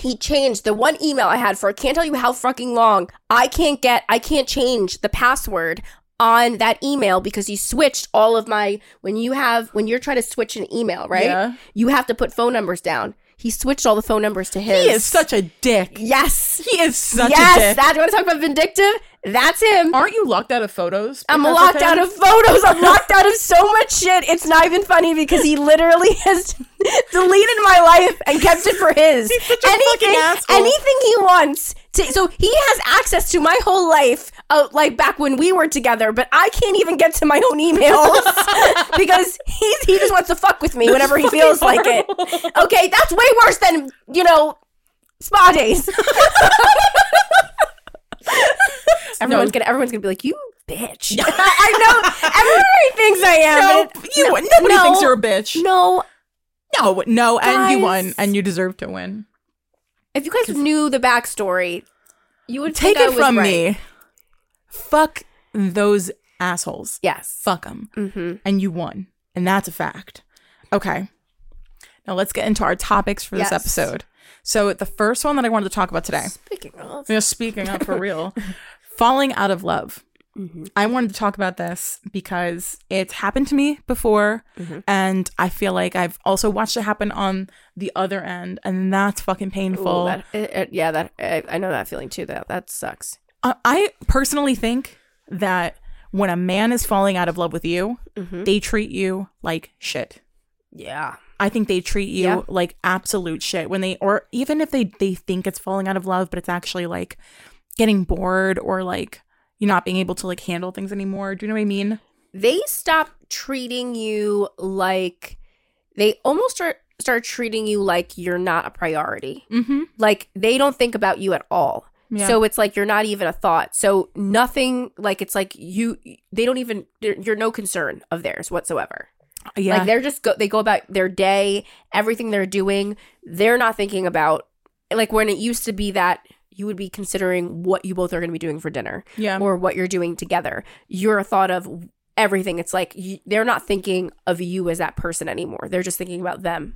[SPEAKER 2] he changed the one email I had for. I can't tell you how fucking long. I can't get. I can't change the password on that email because he switched all of my. When you have when you're trying to switch an email, right?
[SPEAKER 1] Yeah.
[SPEAKER 2] You have to put phone numbers down. He switched all the phone numbers to his.
[SPEAKER 1] He is such a dick.
[SPEAKER 2] Yes.
[SPEAKER 1] He is such a
[SPEAKER 2] Yes,
[SPEAKER 1] dick.
[SPEAKER 2] that you want to talk about vindictive? That's him.
[SPEAKER 1] Aren't you locked out of photos?
[SPEAKER 2] I'm
[SPEAKER 1] because
[SPEAKER 2] locked
[SPEAKER 1] him?
[SPEAKER 2] out of photos. I'm locked out of so much shit. It's not even funny because he literally (laughs) has deleted my life and kept it for his.
[SPEAKER 1] such a fucking asshole.
[SPEAKER 2] anything he wants. To, so he has access to my whole life, uh, like back when we were together. But I can't even get to my
[SPEAKER 1] (laughs)
[SPEAKER 2] own emails because he he just wants to fuck with me whenever he feels like it. Okay, that's way worse than you know spa (laughs) days. everyone's gonna everyone's gonna be like, you (laughs) bitch. I know everybody thinks I am.
[SPEAKER 1] No,
[SPEAKER 2] but it-
[SPEAKER 1] you won. Nobody
[SPEAKER 2] no,
[SPEAKER 1] thinks you're a bitch.
[SPEAKER 2] No.
[SPEAKER 1] No, no, and you
[SPEAKER 2] Guys.
[SPEAKER 1] won, and you deserve to win.
[SPEAKER 2] If you guys knew the backstory, you would
[SPEAKER 1] Take
[SPEAKER 2] think I
[SPEAKER 1] it
[SPEAKER 2] was
[SPEAKER 1] from
[SPEAKER 2] right.
[SPEAKER 1] me. Fuck those assholes.
[SPEAKER 2] Yes.
[SPEAKER 1] Fuck them.
[SPEAKER 2] Mm-hmm.
[SPEAKER 1] And you won. And that's a fact. Okay. Now let's get into our topics for this
[SPEAKER 2] Yes.
[SPEAKER 1] episode. So the first one that I wanted to talk about today,
[SPEAKER 2] Speaking of.
[SPEAKER 1] you know, speaking up
[SPEAKER 2] (laughs)
[SPEAKER 1] for real, falling out of love.
[SPEAKER 2] Mm-hmm.
[SPEAKER 1] I wanted to talk about this because it's happened to me before,
[SPEAKER 2] Mm-hmm.
[SPEAKER 1] and I feel like I've also watched it happen on the other end, and that's fucking painful.
[SPEAKER 2] Ooh, that- it- it- yeah, that I, I know that feeling too. Though that sucks.
[SPEAKER 1] I- I personally think that when a man is falling out of love with you,
[SPEAKER 2] Mm-hmm. Mm.
[SPEAKER 1] they treat you like shit.
[SPEAKER 2] Yeah,
[SPEAKER 1] I think they treat you
[SPEAKER 2] Yeah.
[SPEAKER 1] like absolute shit when they, or even if they they think it's falling out of love, but it's actually like getting bored or like you not being able to like handle things anymore. Do you know what I mean?
[SPEAKER 2] they stop treating you like they almost start start treating you like you're not a priority.
[SPEAKER 1] Mm-hmm.
[SPEAKER 2] like they don't think about you at all
[SPEAKER 1] Yeah.
[SPEAKER 2] so it's like you're not even a thought so nothing like it's like you they don't even you're you're no concern of theirs whatsoever
[SPEAKER 1] Yeah.
[SPEAKER 2] like they're just go they go about their day everything they're doing they're not thinking about like when it used to be that you would be considering what you both are going to be doing for dinner
[SPEAKER 1] yeah.
[SPEAKER 2] or what you're doing together you're a thought of everything it's like you, they're not thinking of you as that person anymore they're just thinking about them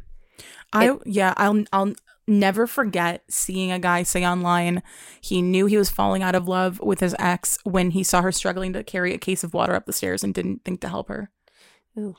[SPEAKER 1] I yeah, I'll I'll never forget seeing a guy say online he knew he was falling out of love with his ex when he saw her struggling to carry a case of water up the stairs and didn't think to help her.
[SPEAKER 2] Ooh.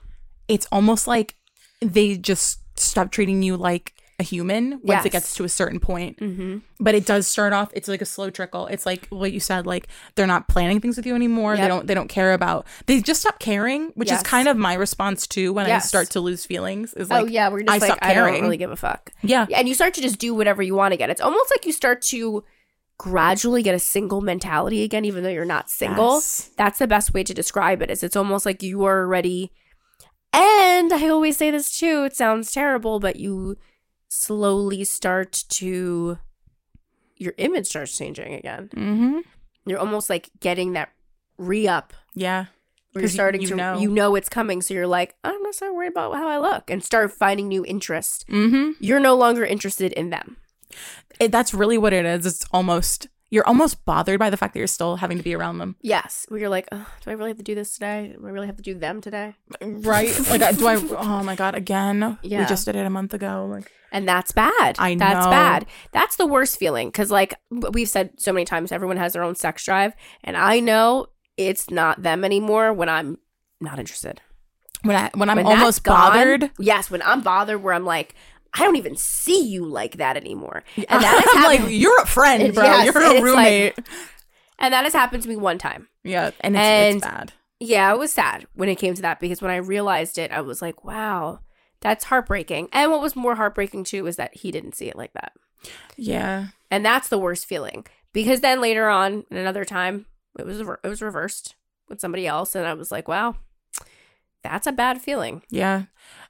[SPEAKER 1] It's almost like they just stop treating you like a human once it
[SPEAKER 2] Yes.
[SPEAKER 1] gets to a certain point.
[SPEAKER 2] mm-hmm.
[SPEAKER 1] But it does start off it's like a slow trickle. It's like what you said like they're not planning things with you anymore. They
[SPEAKER 2] Yep.
[SPEAKER 1] don't they don't care about. They just stop caring, which
[SPEAKER 2] Yes.
[SPEAKER 1] is kind of my response too when
[SPEAKER 2] Yes.
[SPEAKER 1] I start to lose feelings is like
[SPEAKER 2] oh yeah we're
[SPEAKER 1] I
[SPEAKER 2] just like
[SPEAKER 1] stop
[SPEAKER 2] i don't
[SPEAKER 1] caring.
[SPEAKER 2] really give a fuck
[SPEAKER 1] yeah.
[SPEAKER 2] and you start to just do whatever you want again. It's almost like you start to gradually get a single mentality again, even though you're not single.
[SPEAKER 1] Yes.
[SPEAKER 2] That's the best way to describe it. Is it's almost like you are already. And I always say this too. It sounds terrible, but you slowly start to your image starts changing again.
[SPEAKER 1] Mm-hmm.
[SPEAKER 2] You're almost like getting that re up.
[SPEAKER 1] Yeah.
[SPEAKER 2] You're
[SPEAKER 1] 'Cause you-
[SPEAKER 2] starting
[SPEAKER 1] you
[SPEAKER 2] to
[SPEAKER 1] know.
[SPEAKER 2] you know it's coming, so you're like, I'm not so worried about how I look, and start finding new interest.
[SPEAKER 1] Mm-hmm.
[SPEAKER 2] You're no longer interested in them.
[SPEAKER 1] that's really what it is. It's almost you're almost bothered by the fact that you're still having to be around them,
[SPEAKER 2] Yes, where you're like, oh, do I really have to do this today? Do I really have to do them today?
[SPEAKER 1] right? (laughs) like, I- do I? Oh my god, again?
[SPEAKER 2] Yeah.
[SPEAKER 1] We just did it a month ago. Like,
[SPEAKER 2] And that's bad.
[SPEAKER 1] I
[SPEAKER 2] That's
[SPEAKER 1] know.
[SPEAKER 2] bad. That's the worst feeling because, like w- we've said so many times, everyone has their own sex drive, and I know it's not them anymore when I'm not interested.
[SPEAKER 1] when I when I'm
[SPEAKER 2] When that's
[SPEAKER 1] almost
[SPEAKER 2] gone-
[SPEAKER 1] bothered,
[SPEAKER 2] Yes, when I'm bothered, where I'm like, I don't even see you like that anymore, and
[SPEAKER 1] (laughs)
[SPEAKER 2] that has
[SPEAKER 1] I'm
[SPEAKER 2] happened.
[SPEAKER 1] like, you're a friend,
[SPEAKER 2] It-
[SPEAKER 1] bro.
[SPEAKER 2] yes,
[SPEAKER 1] you're
[SPEAKER 2] it's
[SPEAKER 1] a
[SPEAKER 2] like-
[SPEAKER 1] roommate.
[SPEAKER 2] and that has happened to me one time.
[SPEAKER 1] yeah, and it's, and
[SPEAKER 2] And-
[SPEAKER 1] it's bad.
[SPEAKER 2] Yeah, it was sad when it came to that because when I realized it, I was like, wow, that's heartbreaking. And what was more heartbreaking too is that he didn't see it like that.
[SPEAKER 1] Yeah.
[SPEAKER 2] And that's the worst feeling because then later on, in another time, it was it was reversed with somebody else, and I was like, wow, that's a bad feeling.
[SPEAKER 1] Yeah.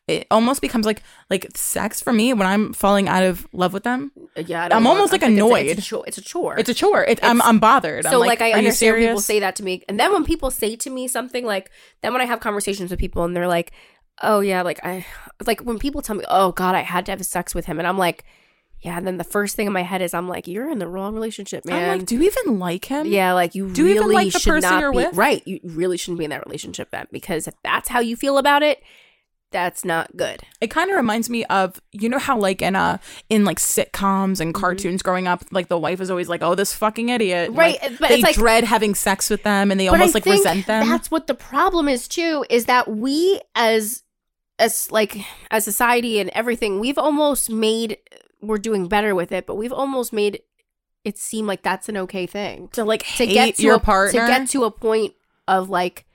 [SPEAKER 1] It almost becomes like like sex for me when I'm falling out of love with them.
[SPEAKER 2] Yeah, I
[SPEAKER 1] I'm almost, like,
[SPEAKER 2] think it's a- It's a,
[SPEAKER 1] annoyed.
[SPEAKER 2] cho- it's a chore.
[SPEAKER 1] It's a chore. It, I'm I'm bothered.
[SPEAKER 2] so
[SPEAKER 1] I'm
[SPEAKER 2] like, I
[SPEAKER 1] are you
[SPEAKER 2] understand when
[SPEAKER 1] serious?
[SPEAKER 2] people say that to me, and then when people say to me something like, then when I have conversations with people and they're like, oh yeah, like I, like when people tell me, oh god, I had to have sex with him, and I'm like, yeah, and then the first thing in my head is I'm like, you're in the wrong relationship, man.
[SPEAKER 1] I'm like, do you even like him?
[SPEAKER 2] yeah, like you
[SPEAKER 1] Do you
[SPEAKER 2] really
[SPEAKER 1] even like the
[SPEAKER 2] should
[SPEAKER 1] person
[SPEAKER 2] not
[SPEAKER 1] you're
[SPEAKER 2] be
[SPEAKER 1] with?
[SPEAKER 2] right. You really shouldn't be in that relationship then, because if that's how you feel about it, that's not good.
[SPEAKER 1] It kind of reminds me of you know how like in uh in like sitcoms and
[SPEAKER 2] Mm-hmm.
[SPEAKER 1] cartoons growing up, like the wife is always like, "Oh, this fucking idiot," and,
[SPEAKER 2] Right,
[SPEAKER 1] like,
[SPEAKER 2] but
[SPEAKER 1] they
[SPEAKER 2] it's like-
[SPEAKER 1] dread having sex with them, and they
[SPEAKER 2] But I
[SPEAKER 1] almost like
[SPEAKER 2] think
[SPEAKER 1] resent them.
[SPEAKER 2] That's what the problem is too. Is that we as as like as society and everything, we've almost made we're doing better with it, but we've almost made it seem like that's an okay thing
[SPEAKER 1] to like
[SPEAKER 2] to
[SPEAKER 1] hate
[SPEAKER 2] get to
[SPEAKER 1] your
[SPEAKER 2] a,
[SPEAKER 1] partner.
[SPEAKER 2] to get to a point of like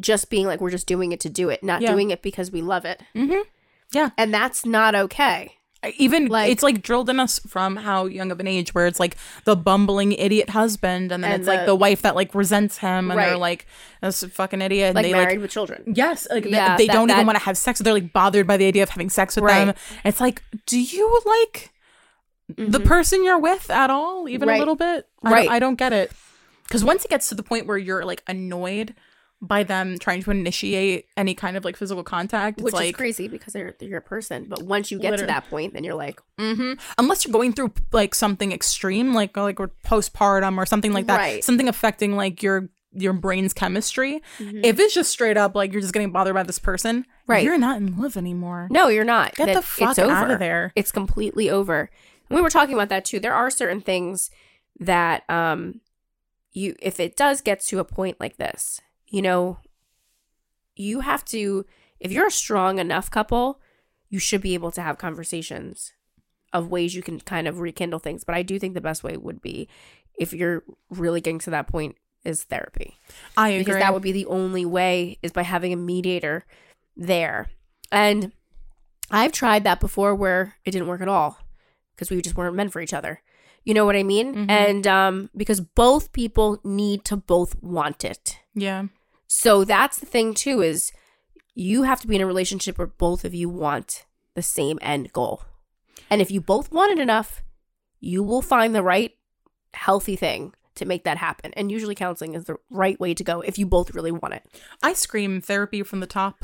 [SPEAKER 2] just being like we're just doing it to do it, not
[SPEAKER 1] Yeah.
[SPEAKER 2] doing it because we love it,
[SPEAKER 1] Mhm. Yeah,
[SPEAKER 2] and that's not okay.
[SPEAKER 1] even
[SPEAKER 2] Like-
[SPEAKER 1] it's like drilled in us from how young of an age where it's like the bumbling idiot husband and then
[SPEAKER 2] And
[SPEAKER 1] it's
[SPEAKER 2] the-
[SPEAKER 1] like the wife that like resents him and they're
[SPEAKER 2] Right.
[SPEAKER 1] like this fucking idiot and
[SPEAKER 2] Like
[SPEAKER 1] they
[SPEAKER 2] married
[SPEAKER 1] like
[SPEAKER 2] with children.
[SPEAKER 1] yes like they-
[SPEAKER 2] Yeah,
[SPEAKER 1] they,
[SPEAKER 2] that-
[SPEAKER 1] don't
[SPEAKER 2] that-
[SPEAKER 1] even want to have sex they're like bothered by the idea of having sex with
[SPEAKER 2] Right.
[SPEAKER 1] them it's like do you like the person you're with at all even
[SPEAKER 2] Mm-hmm. Right.
[SPEAKER 1] a little bit I
[SPEAKER 2] Right.
[SPEAKER 1] don't, I don't get it because once it gets to the point where you're like annoyed by them trying to initiate any kind of like physical contact it's
[SPEAKER 2] Which
[SPEAKER 1] like
[SPEAKER 2] is crazy because they're, they're a person, but once you get
[SPEAKER 1] Literally.
[SPEAKER 2] to that point, then you're like,
[SPEAKER 1] hmm Unless you're going through like something extreme, like like or postpartum or something like that,
[SPEAKER 2] Right.
[SPEAKER 1] something affecting like your your brain's chemistry. If it's just straight up like you're just getting bothered by this person,
[SPEAKER 2] Mm-hmm. Right.
[SPEAKER 1] You're not in love anymore.
[SPEAKER 2] No, you're not.
[SPEAKER 1] Get
[SPEAKER 2] That-
[SPEAKER 1] the fuck
[SPEAKER 2] it's over.
[SPEAKER 1] out of there.
[SPEAKER 2] It's completely over. And we were talking about that too. There are certain things that um you if it does get to a point like this, you know, you have to if you're a strong enough couple, you should be able to have conversations of ways you can kind of rekindle things. But I do think the best way would be if you're really getting to that point is therapy
[SPEAKER 1] I agree.
[SPEAKER 2] because that would be the only way is by having a mediator there. And I've tried that before where it didn't work at all because we just weren't meant for each other. You know what I mean?
[SPEAKER 1] Mhm.
[SPEAKER 2] And um, because both people need to both want it.
[SPEAKER 1] yeah,
[SPEAKER 2] So that's the thing too is you have to be in a relationship where both of you want the same end goal. And if you both want it enough, you will find the right healthy thing to make that happen. And usually counseling is the right way to go if you both really want it.
[SPEAKER 1] I scream therapy from the top,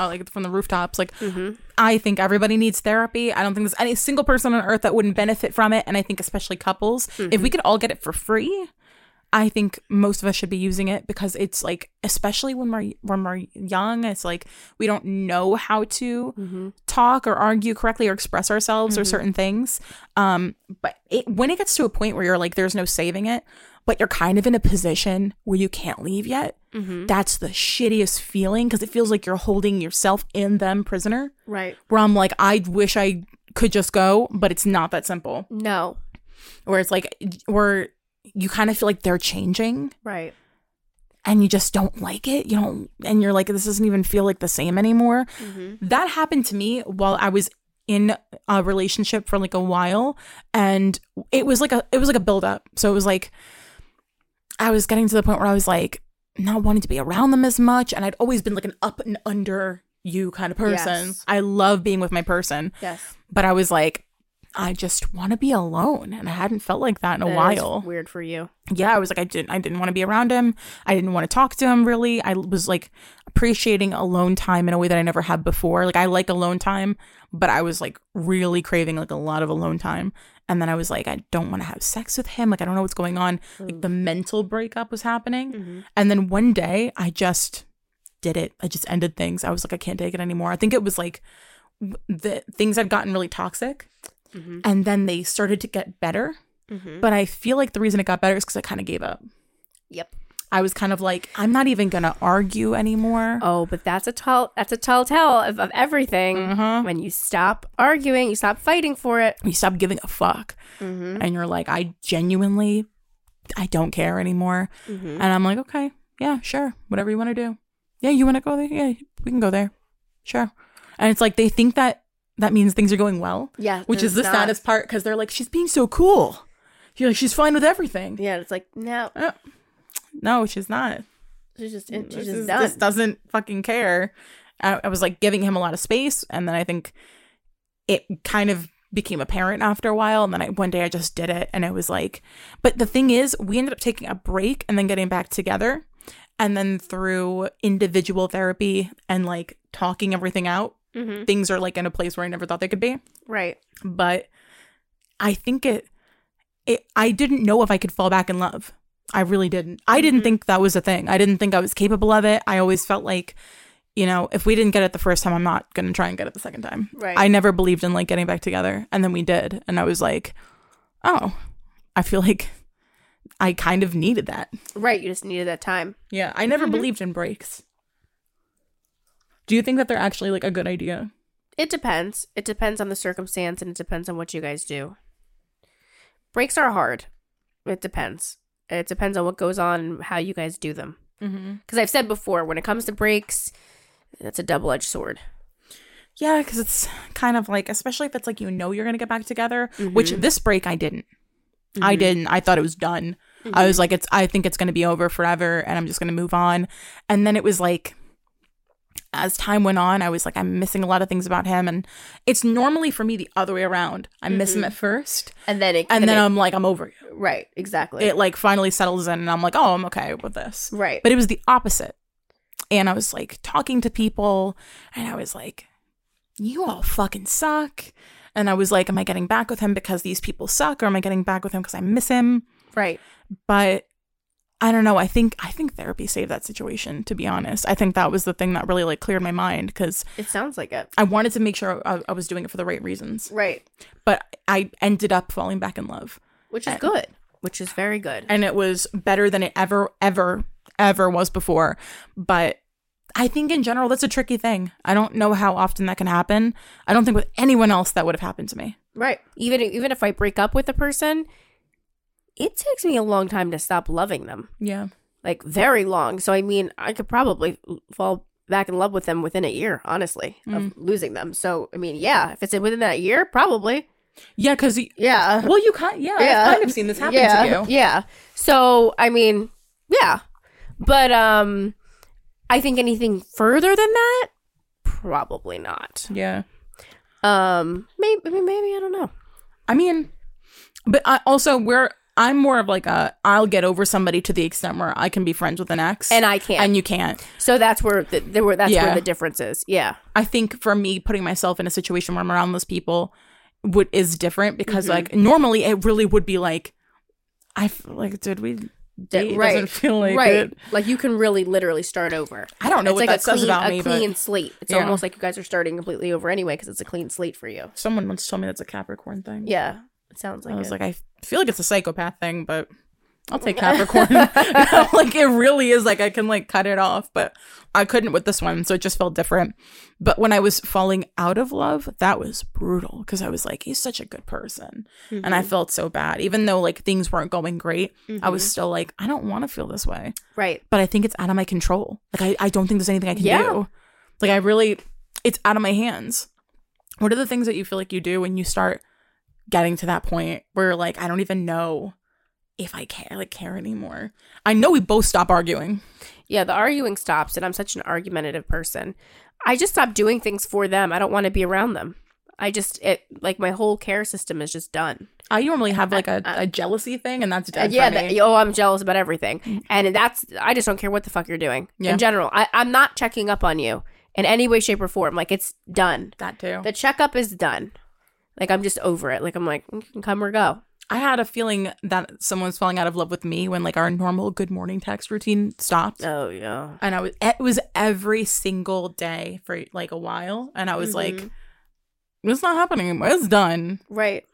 [SPEAKER 1] uh, like from the rooftops. Like
[SPEAKER 2] Mhm.
[SPEAKER 1] I think everybody needs therapy. I don't think there's any single person on earth that wouldn't benefit from it, and I think especially couples. If we could all get it for free, I think most of us should be using it because it's like, especially when we're when we're young, it's like we don't know how to talk or argue correctly or express ourselves or certain things. Um, but it, when it gets to a point where you're like, there's no saving it, but you're kind of in a position where you can't leave yet. That's the shittiest feeling because it feels like you're holding yourself and them prisoner.
[SPEAKER 2] Right.
[SPEAKER 1] Where I'm like, I wish I could just go, but it's not that simple.
[SPEAKER 2] No.
[SPEAKER 1] Where it's like, where you kind of feel like they're changing
[SPEAKER 2] Right.
[SPEAKER 1] and you just don't like it you don't and you're like this doesn't even feel like the same anymore
[SPEAKER 2] Mm-hmm.
[SPEAKER 1] that happened to me while i was in a relationship for like a while and it was like a it was like a build up so it was like i was getting to the point where i was like not wanting to be around them as much and i'd always been like an up and under you kind of person
[SPEAKER 2] Yes.
[SPEAKER 1] i love being with my person
[SPEAKER 2] Yes.
[SPEAKER 1] but I was like, I just want to be alone, and I hadn't felt like that in a
[SPEAKER 2] That is
[SPEAKER 1] while.
[SPEAKER 2] Weird for you.
[SPEAKER 1] yeah, I was like, I didn't, I didn't want to be around him. I didn't want to talk to him really. I was like appreciating alone time in a way that I never had before. Like I like alone time, but I was like really craving like a lot of alone time. And then I was like, I don't want to have sex with him. Like I don't know what's going on. Like the mental breakup was happening. And then one day I just did it. I just ended things. I was like, I can't take it anymore. I think it was like w- the things had gotten really toxic, and then they started to get better. But I feel like the reason it got better is because I kind of gave up.
[SPEAKER 2] Yep.
[SPEAKER 1] I was kind of like, I'm not even gonna argue anymore.
[SPEAKER 2] Oh, but that's a tell. That's a telltale of, of everything.
[SPEAKER 1] Mm-hmm.
[SPEAKER 2] When you stop arguing, you stop fighting for it.
[SPEAKER 1] You stop giving a fuck, and you're like, I genuinely, I don't care anymore. And I'm like, okay, yeah, sure, whatever you want to do. Yeah, you want to go there? Yeah, we can go there. Sure. And it's like they think that that means things are going well.
[SPEAKER 2] Yeah,
[SPEAKER 1] which is
[SPEAKER 2] it's
[SPEAKER 1] the
[SPEAKER 2] not.
[SPEAKER 1] saddest part because they're like, she's being so cool. You're like, she's fine with everything.
[SPEAKER 2] Yeah, it's like no,
[SPEAKER 1] Uh, no, she's not.
[SPEAKER 2] she's just she's
[SPEAKER 1] This
[SPEAKER 2] just
[SPEAKER 1] is-
[SPEAKER 2] done.
[SPEAKER 1] this doesn't fucking care. I, I was like giving him a lot of space, and then I think it kind of became apparent after a while. And then I, one day I just did it, and it was like, but the thing is, we ended up taking a break and then getting back together, and then through individual therapy and like talking everything out,
[SPEAKER 2] Mm-hmm.
[SPEAKER 1] things are like in a place where I never thought they could be
[SPEAKER 2] Right.
[SPEAKER 1] but I think it it I didn't know if I could fall back in love. I really didn't. I didn't think that was a thing. I didn't think I was capable of it. I always felt like you know, if we didn't get it the first time, I'm not going to try and get it the second time.
[SPEAKER 2] Right.
[SPEAKER 1] I never believed in like getting back together, and then we did, and I was like, "Oh, I feel like I kind of needed that."
[SPEAKER 2] Right. You just needed that time.
[SPEAKER 1] Yeah, I never believed in breaks. Do you think that they're actually like a good idea?
[SPEAKER 2] It depends. It depends on the circumstance and it depends on what you guys do. Breaks are hard. It depends. It depends on what goes on and how you guys do them. Because I've said before, when it comes to breaks, that's a double edged sword.
[SPEAKER 1] Yeah, because it's kind of like, especially if it's like you know you're gonna get back together. Which this break I didn't. I didn't. I thought it was done. I was like, it's. I think it's gonna be over forever, and I'm just gonna move on. And then it was like, as time went on, I was like, I'm missing a lot of things about him, and it's normally for me the other way around. I miss him at first,
[SPEAKER 2] And then it.
[SPEAKER 1] Mm-hmm. and, then
[SPEAKER 2] it-
[SPEAKER 1] I'm like, I'm over you.
[SPEAKER 2] (laughs) right. Exactly.
[SPEAKER 1] It like finally settles in, and I'm like, oh, I'm okay with this.
[SPEAKER 2] right.
[SPEAKER 1] But it was the opposite. And I was like talking to people and I was like, you all fucking suck. And I was like, am I getting back with him because these people suck or am I getting back with him because I miss him?
[SPEAKER 2] right.
[SPEAKER 1] But I don't know. I think I think therapy saved that situation to be honest. I think that was the thing that really like cleared my mind cuz
[SPEAKER 2] It sounds like it.
[SPEAKER 1] I wanted to make sure I, I was doing it for the right reasons.
[SPEAKER 2] Right.
[SPEAKER 1] But I ended up falling back in love.
[SPEAKER 2] Which is good. Which is very good.
[SPEAKER 1] and it was better than it ever ever ever was before but i think in general that's a tricky thing i don't know how often that can happen i don't think with anyone else that would have happened to me
[SPEAKER 2] Right. Even even if I break up with a person, it takes me a long time to stop loving them.
[SPEAKER 1] yeah
[SPEAKER 2] like very long. So I mean, I could probably fall back in love with them within a year, honestly,
[SPEAKER 1] Mm.
[SPEAKER 2] of losing them. So I mean, yeah, if it's within that year, probably,
[SPEAKER 1] yeah because
[SPEAKER 2] yeah,
[SPEAKER 1] well you kind yeah,
[SPEAKER 2] yeah.
[SPEAKER 1] i've kind of seen this happen
[SPEAKER 2] yeah,
[SPEAKER 1] to you
[SPEAKER 2] yeah. So I mean, yeah, but um, I think anything further than that, probably not.
[SPEAKER 1] yeah
[SPEAKER 2] Um, maybe, I mean, maybe I don't know.
[SPEAKER 1] i mean but i also we're i'm more of like a i'll get over somebody to the extent where i can be friends with an ex
[SPEAKER 2] And I can't.
[SPEAKER 1] and you can't
[SPEAKER 2] so that's where the, there were that's
[SPEAKER 1] Yeah.
[SPEAKER 2] where the difference is. Yeah,
[SPEAKER 1] I think for me, putting myself in a situation where I'm around those people would is different because like normally it really would be like I f- like did we date? It Doesn't feel like
[SPEAKER 2] right.
[SPEAKER 1] it.
[SPEAKER 2] Like you can really literally start over.
[SPEAKER 1] I don't know
[SPEAKER 2] it's
[SPEAKER 1] what that
[SPEAKER 2] like a
[SPEAKER 1] says
[SPEAKER 2] clean,
[SPEAKER 1] about
[SPEAKER 2] a
[SPEAKER 1] me, but-
[SPEAKER 2] clean slate. It's
[SPEAKER 1] Yeah.
[SPEAKER 2] almost like you guys are starting completely over anyway because it's a clean slate for you.
[SPEAKER 1] Someone once told me that's a Capricorn thing.
[SPEAKER 2] Yeah, it sounds like
[SPEAKER 1] I was
[SPEAKER 2] it.
[SPEAKER 1] like I feel like it's a psychopath thing, but I'll take Capricorn. (laughs) like it really is like I can like cut it off, but I couldn't with this one, so it just felt different. But when I was falling out of love, that was brutal because I was like, he's such a good person, and I felt so bad, even though like things weren't going great. I was still like, I don't want to feel this way,
[SPEAKER 2] right,
[SPEAKER 1] but I think it's out of my control. Like I, I don't think there's anything I can
[SPEAKER 2] Yeah.
[SPEAKER 1] do. Like I really, it's out of my hands. What are the things that you feel like you do when you start getting to that point where you're like, I don't even know if I care, like care anymore? I know we both stop arguing.
[SPEAKER 2] yeah. The arguing stops, and I'm such an argumentative person. I just stop doing things for them. I don't want to be around them. I just it like my whole care system is just done.
[SPEAKER 1] I normally have like a, a jealousy thing, and that's dead.
[SPEAKER 2] And Uh, yeah,
[SPEAKER 1] for me.
[SPEAKER 2] that, oh, I'm jealous about everything, and that's I just don't care what the fuck you're doing
[SPEAKER 1] Yeah.
[SPEAKER 2] in general. I, I'm not checking up on you in any way, shape, or form. Like it's done.
[SPEAKER 1] that too.
[SPEAKER 2] The checkup is done. Like I'm just over it. Like I'm like "You can come or go.
[SPEAKER 1] I had a feeling that someone's falling out of love with me when like our normal good morning text routine stopped.
[SPEAKER 2] Oh yeah.
[SPEAKER 1] and I was e, it was every single day for like a while, and I was like,
[SPEAKER 2] Mhm.
[SPEAKER 1] "It's not happening anymore. It's done."
[SPEAKER 2] Right.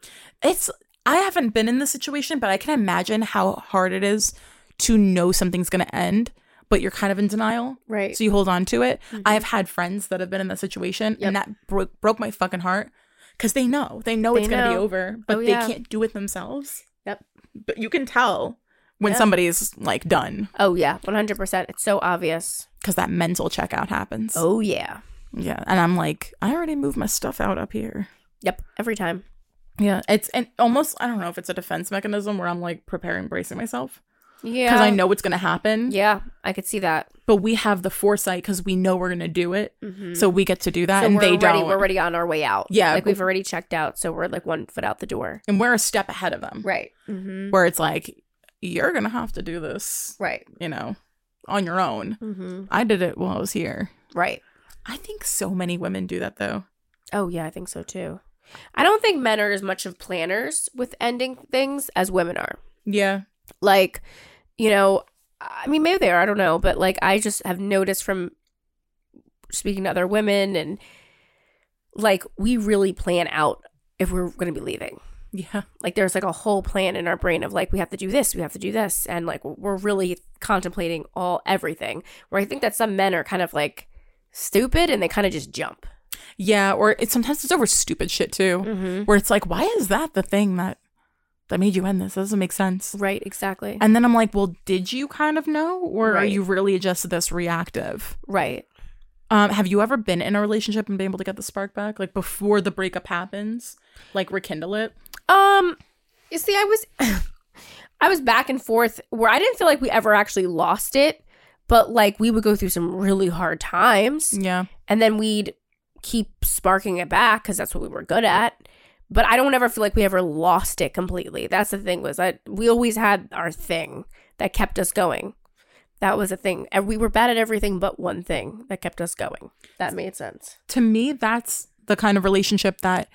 [SPEAKER 1] It's I haven't been in this situation, but I can imagine how hard it is to know something's going to end, but you're kind of in denial,
[SPEAKER 2] Right.
[SPEAKER 1] so you hold on to it. I have had friends that have been in that situation,
[SPEAKER 2] Mm-hmm. Yep.
[SPEAKER 1] and that broke broke my fucking heart because they know they know
[SPEAKER 2] They
[SPEAKER 1] it's going to be
[SPEAKER 2] know.
[SPEAKER 1] over, but
[SPEAKER 2] Oh,
[SPEAKER 1] they
[SPEAKER 2] yeah.
[SPEAKER 1] can't do it themselves.
[SPEAKER 2] Yep.
[SPEAKER 1] But you can tell when
[SPEAKER 2] Yeah.
[SPEAKER 1] somebody's like done
[SPEAKER 2] oh yeah. 100. percent It's so obvious.
[SPEAKER 1] because that mental checkout happens.
[SPEAKER 2] Oh yeah.
[SPEAKER 1] Yeah, and I'm like, I already moved my stuff out up here.
[SPEAKER 2] Yep. Every time.
[SPEAKER 1] Yeah, it's and almost I don't know if it's a defense mechanism where I'm like preparing, bracing myself
[SPEAKER 2] Yeah.
[SPEAKER 1] because I know what's gonna happen.
[SPEAKER 2] Yeah, I could see that.
[SPEAKER 1] But we have the foresight because we know we're gonna do it,
[SPEAKER 2] Mhm.
[SPEAKER 1] so we get to do that,
[SPEAKER 2] so
[SPEAKER 1] and
[SPEAKER 2] we're
[SPEAKER 1] they
[SPEAKER 2] already,
[SPEAKER 1] don't.
[SPEAKER 2] We're already on our way out.
[SPEAKER 1] Yeah.
[SPEAKER 2] like we've already checked out, so we're like one foot out the door.
[SPEAKER 1] and we're a step ahead of them,
[SPEAKER 2] Right. Mm-hmm.
[SPEAKER 1] where it's like you're gonna have to do this,
[SPEAKER 2] Right.
[SPEAKER 1] you know, on your own.
[SPEAKER 2] Mm-hmm.
[SPEAKER 1] I did it while I was here.
[SPEAKER 2] Right.
[SPEAKER 1] I think so many women do that though.
[SPEAKER 2] Oh yeah, I think so too. I don't think men are as much of planners with ending things as women are.
[SPEAKER 1] Yeah,
[SPEAKER 2] Like, you know, I mean, maybe they are. I don't know, but like, I just have noticed from speaking to other women and like we really plan out if we're going to be leaving.
[SPEAKER 1] yeah,
[SPEAKER 2] like there's like a whole plan in our brain of like we have to do this we have to do this and like we're really contemplating all everything where i think that some men are kind of like stupid and they kind of just jump
[SPEAKER 1] yeah. Or it's sometimes it's over stupid shit too,
[SPEAKER 2] mm-hmm.
[SPEAKER 1] where it's like, why is that the thing that that made you end this? That doesn't make sense.
[SPEAKER 2] right exactly
[SPEAKER 1] And then I'm like, well, did you kind of know, or are
[SPEAKER 2] Right.
[SPEAKER 1] you really just this reactive?
[SPEAKER 2] right
[SPEAKER 1] Um, have you ever been in a relationship and been able to get the spark back, like before the breakup happens, like rekindle it?
[SPEAKER 2] um you see i was (coughs) i was back and forth where i didn't feel like we ever actually lost it but like we would go through some really hard times
[SPEAKER 1] Yeah,
[SPEAKER 2] and then we'd keep sparking it back because that's what we were good at but i don't ever feel like we ever lost it completely that's the thing was that we always had our thing that kept us going that was a thing and we were bad at everything but one thing that kept us going that made sense
[SPEAKER 1] to me, that's the kind of relationship that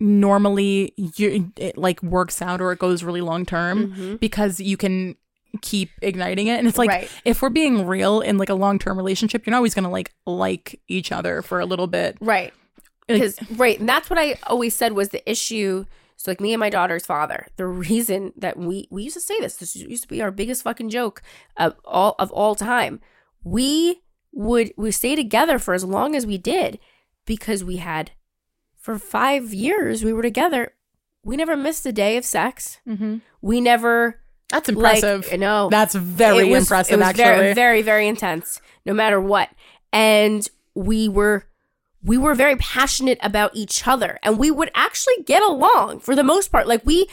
[SPEAKER 1] normally you it like works out or it goes really long
[SPEAKER 2] Mm-hmm.
[SPEAKER 1] term because you can keep igniting it and it's like
[SPEAKER 2] Right.
[SPEAKER 1] if we're being real in like a long-term relationship you're not always gonna like like each other for a little bit Like-
[SPEAKER 2] right because right and that's what i always said was the issue so like me and my daughter's father the reason that we we used to say this this used to be our biggest fucking joke of all of all time we would we stay together for as long as we did because we had for five years we were together we never missed a day of sex
[SPEAKER 1] mm-hmm. oh,
[SPEAKER 2] we never
[SPEAKER 1] that's impressive
[SPEAKER 2] like, no
[SPEAKER 1] That's very
[SPEAKER 2] it was-
[SPEAKER 1] impressive,
[SPEAKER 2] It was
[SPEAKER 1] actually.
[SPEAKER 2] very, very, very intense, no matter what. And we were we were very passionate about each other, and we would actually get along for the most part. Like we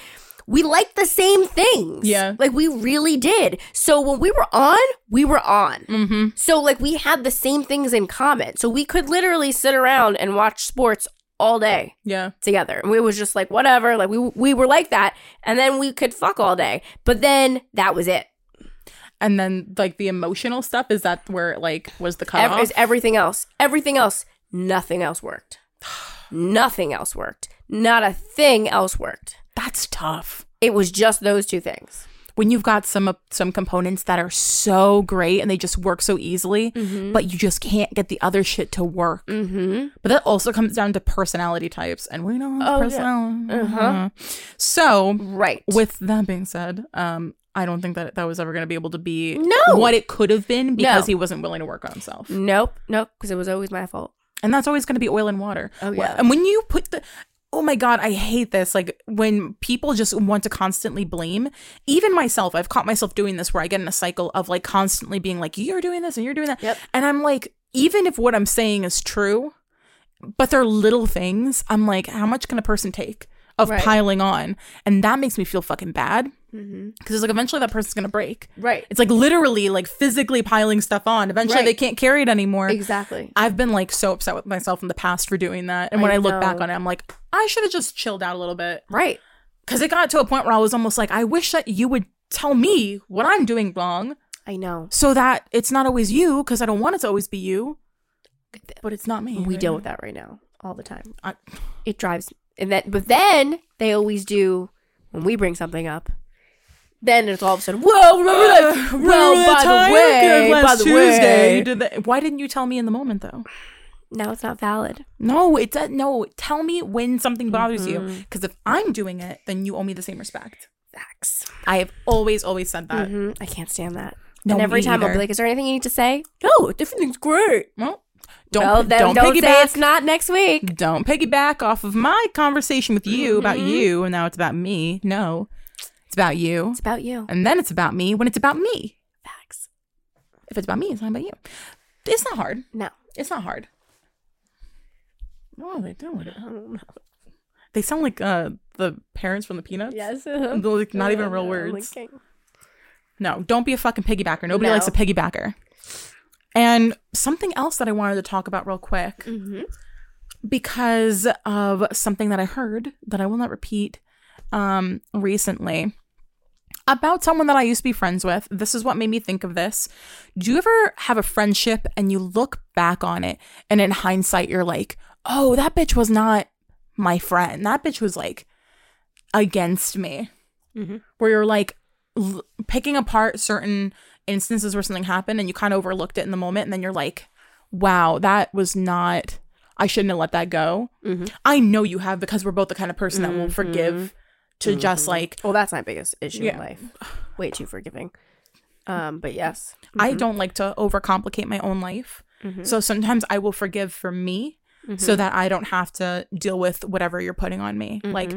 [SPEAKER 2] we liked the same things.
[SPEAKER 1] Yeah.
[SPEAKER 2] like we really did. So when we were on, we were on.
[SPEAKER 1] mm-hmm.
[SPEAKER 2] So like we had the same things in common. So we could literally sit around and watch sports all day
[SPEAKER 1] Yeah.
[SPEAKER 2] together. And we was just like, whatever. Like we we were like that. And then we could fuck all day. But then that was it.
[SPEAKER 1] And then like the emotional stuff is that where it like was the
[SPEAKER 2] Ev-
[SPEAKER 1] cutoff?
[SPEAKER 2] is everything else. Everything else. Nothing else worked. (sighs) nothing else worked. Not a thing else worked.
[SPEAKER 1] That's tough.
[SPEAKER 2] It was just those two things.
[SPEAKER 1] When you've got some of some components that are so great and they just work so easily, but you just can't get the other shit to work.
[SPEAKER 2] Mm-hmm.
[SPEAKER 1] But that also comes down to personality types, and we know
[SPEAKER 2] Oh, yeah.
[SPEAKER 1] personality. Mm-hmm.
[SPEAKER 2] Uh-huh.
[SPEAKER 1] So,
[SPEAKER 2] Right.
[SPEAKER 1] with that being said, um, I don't think that that was ever going to be able to be
[SPEAKER 2] No.
[SPEAKER 1] what it could have been because
[SPEAKER 2] No.
[SPEAKER 1] he wasn't willing to work on himself.
[SPEAKER 2] nope. Nope. Because it was always my fault.
[SPEAKER 1] and that's always going to be oil and water.
[SPEAKER 2] Oh, yeah.
[SPEAKER 1] And when you put the Oh my god, I hate this. Like when people just want to constantly blame, even myself. I've caught myself doing this where I get in a cycle of like constantly being like you're doing this and you're doing that.
[SPEAKER 2] Yep.
[SPEAKER 1] And I'm like even if what I'm saying is true, but they're little things, I'm like how much can a person take of
[SPEAKER 2] Right.
[SPEAKER 1] piling on? And that makes me feel fucking bad.
[SPEAKER 2] Mm-hmm.
[SPEAKER 1] Because it's like eventually that person's gonna break.
[SPEAKER 2] Right.
[SPEAKER 1] It's like literally like physically piling stuff on. Eventually
[SPEAKER 2] Right.
[SPEAKER 1] they can't carry it anymore.
[SPEAKER 2] Exactly.
[SPEAKER 1] I've been like so upset with myself in the past for doing that. And when
[SPEAKER 2] I
[SPEAKER 1] I, look back
[SPEAKER 2] know.
[SPEAKER 1] on it, I'm like, I should have just chilled out a little bit.
[SPEAKER 2] Right.
[SPEAKER 1] Cause it got to a point where I was almost like, I wish that you would tell me what I'm doing wrong
[SPEAKER 2] I know.
[SPEAKER 1] so that it's not always you, because I don't want it to always be you. But it's not me.
[SPEAKER 2] We
[SPEAKER 1] right?
[SPEAKER 2] deal with that right now all the time.
[SPEAKER 1] I- (laughs)
[SPEAKER 2] It drives and that but then they always do when we bring something up. Then it's all of a sudden, whoa, (sighs) remember that?
[SPEAKER 1] Remember
[SPEAKER 2] well,
[SPEAKER 1] that
[SPEAKER 2] by
[SPEAKER 1] time
[SPEAKER 2] the
[SPEAKER 1] we did
[SPEAKER 2] way, by
[SPEAKER 1] last
[SPEAKER 2] the
[SPEAKER 1] Tuesday, you
[SPEAKER 2] way.
[SPEAKER 1] did that. Why didn't you tell me in the moment though?
[SPEAKER 2] Now it's not valid.
[SPEAKER 1] No, it does. No, tell me when something bothers you. Because if I'm doing it, then you owe me the same respect.
[SPEAKER 2] Facts.
[SPEAKER 1] I have always, always said that.
[SPEAKER 2] hmm I can't stand that.
[SPEAKER 1] No,
[SPEAKER 2] and every
[SPEAKER 1] me
[SPEAKER 2] time I'll
[SPEAKER 1] either.
[SPEAKER 2] be like, is there anything you need to say? No, everything's great.
[SPEAKER 1] Well, don't
[SPEAKER 2] well,
[SPEAKER 1] pi-
[SPEAKER 2] then
[SPEAKER 1] don't,
[SPEAKER 2] don't, say
[SPEAKER 1] piggyback.
[SPEAKER 2] it's not next week.
[SPEAKER 1] Don't piggyback off of my conversation with you about you, and now it's about me. No, it's about you,
[SPEAKER 2] It's about you.
[SPEAKER 1] and then it's about me when it's about me.
[SPEAKER 2] Facts.
[SPEAKER 1] If it's about me, it's not about you. It's not hard.
[SPEAKER 2] No. (laughs)
[SPEAKER 1] It's not hard. What are they doing? I don't know. They sound like uh, the parents from the Peanuts. They're, like, (laughs) not even real words. No, don't be a fucking piggybacker. Nobody
[SPEAKER 2] No.
[SPEAKER 1] likes a piggybacker. And something else that I wanted to talk about real quick
[SPEAKER 2] Mm-hmm.
[SPEAKER 1] because of something that I heard that I will not repeat um, recently about someone that I used to be friends with. This is what made me think of this. Do you ever have a friendship and you look back on it and in hindsight you're like, oh, that bitch was not my friend. That bitch was like against me. Where you're like l- picking apart certain instances where something happened and you kind of overlooked it in the moment and then you're like, wow, that was not, I shouldn't have let that go. I know you have because we're both the kind of person that will forgive to just like,
[SPEAKER 2] Well, that's my biggest issue
[SPEAKER 1] Yeah. (sighs)
[SPEAKER 2] in life. Way too forgiving. Um, but yes.
[SPEAKER 1] I don't like to overcomplicate my own life. So sometimes I will forgive for me so that I don't have to deal with whatever you're putting on me. Like,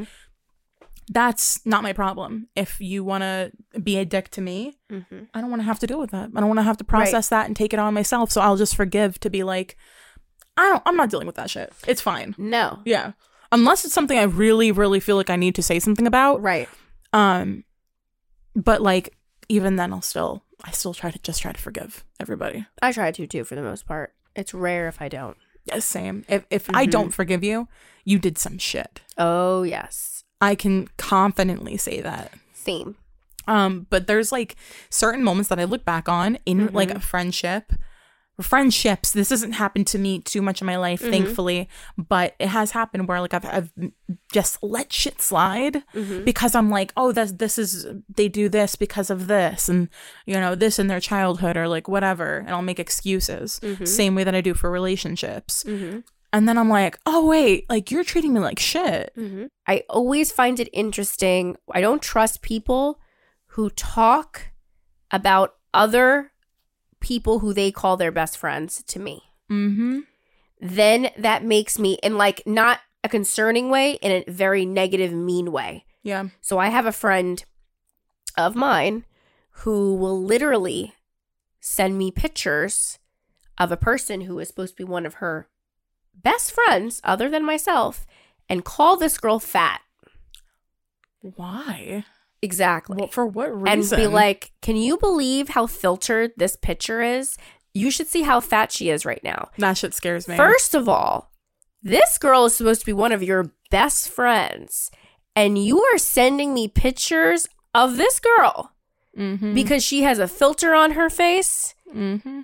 [SPEAKER 1] that's not my problem. If you want to be a dick to me,
[SPEAKER 2] Mm-hmm.
[SPEAKER 1] I don't want to have to deal with that. I don't want to have to process that and take it on myself. So I'll just forgive to be like, I don't, I'm not dealing with that shit. It's fine.
[SPEAKER 2] No.
[SPEAKER 1] Yeah. Unless it's something I really, really feel like I need to say something about.
[SPEAKER 2] Right.
[SPEAKER 1] Um, but like, even then, I'll still, I still try to just try to forgive everybody.
[SPEAKER 2] I try to too for the most part. It's rare if I don't.
[SPEAKER 1] Yeah, same. If if I don't forgive you, you did some shit.
[SPEAKER 2] Oh yes.
[SPEAKER 1] I can confidently say that.
[SPEAKER 2] Same.
[SPEAKER 1] Um, but there's like certain moments that I look back on in
[SPEAKER 2] Mm-hmm.
[SPEAKER 1] like a friendship, friendships. This hasn't happened to me too much in my life,
[SPEAKER 2] Mm-hmm.
[SPEAKER 1] thankfully, but it has happened where like I've, I've just let shit slide
[SPEAKER 2] Mm-hmm.
[SPEAKER 1] because I'm like, oh, this this is they do this because of this, and you know this in their childhood or like whatever, and I'll make excuses.
[SPEAKER 2] Mm-hmm.
[SPEAKER 1] Same way that I do for relationships. And then I'm like, oh wait, like you're treating me like shit.
[SPEAKER 2] I always find it interesting. I don't trust people who talk about other people who they call their best friends to me.
[SPEAKER 1] Mm-hmm.
[SPEAKER 2] Then that makes me in like not a concerning way, in a very negative, mean way.
[SPEAKER 1] Yeah.
[SPEAKER 2] So I have a friend of mine who will literally send me pictures of a person who is supposed to be one of her best friends other than myself and call this girl fat.
[SPEAKER 1] Why?
[SPEAKER 2] Exactly.
[SPEAKER 1] Well, for what reason?
[SPEAKER 2] and be like, "Can you believe how filtered this picture is? You should see how fat she is right now."
[SPEAKER 1] That shit scares me.
[SPEAKER 2] First of all, this girl is supposed to be one of your best friends, and you are sending me pictures of this girl
[SPEAKER 1] mm-hmm.
[SPEAKER 2] because she has a filter on her face.
[SPEAKER 1] mm-hmm.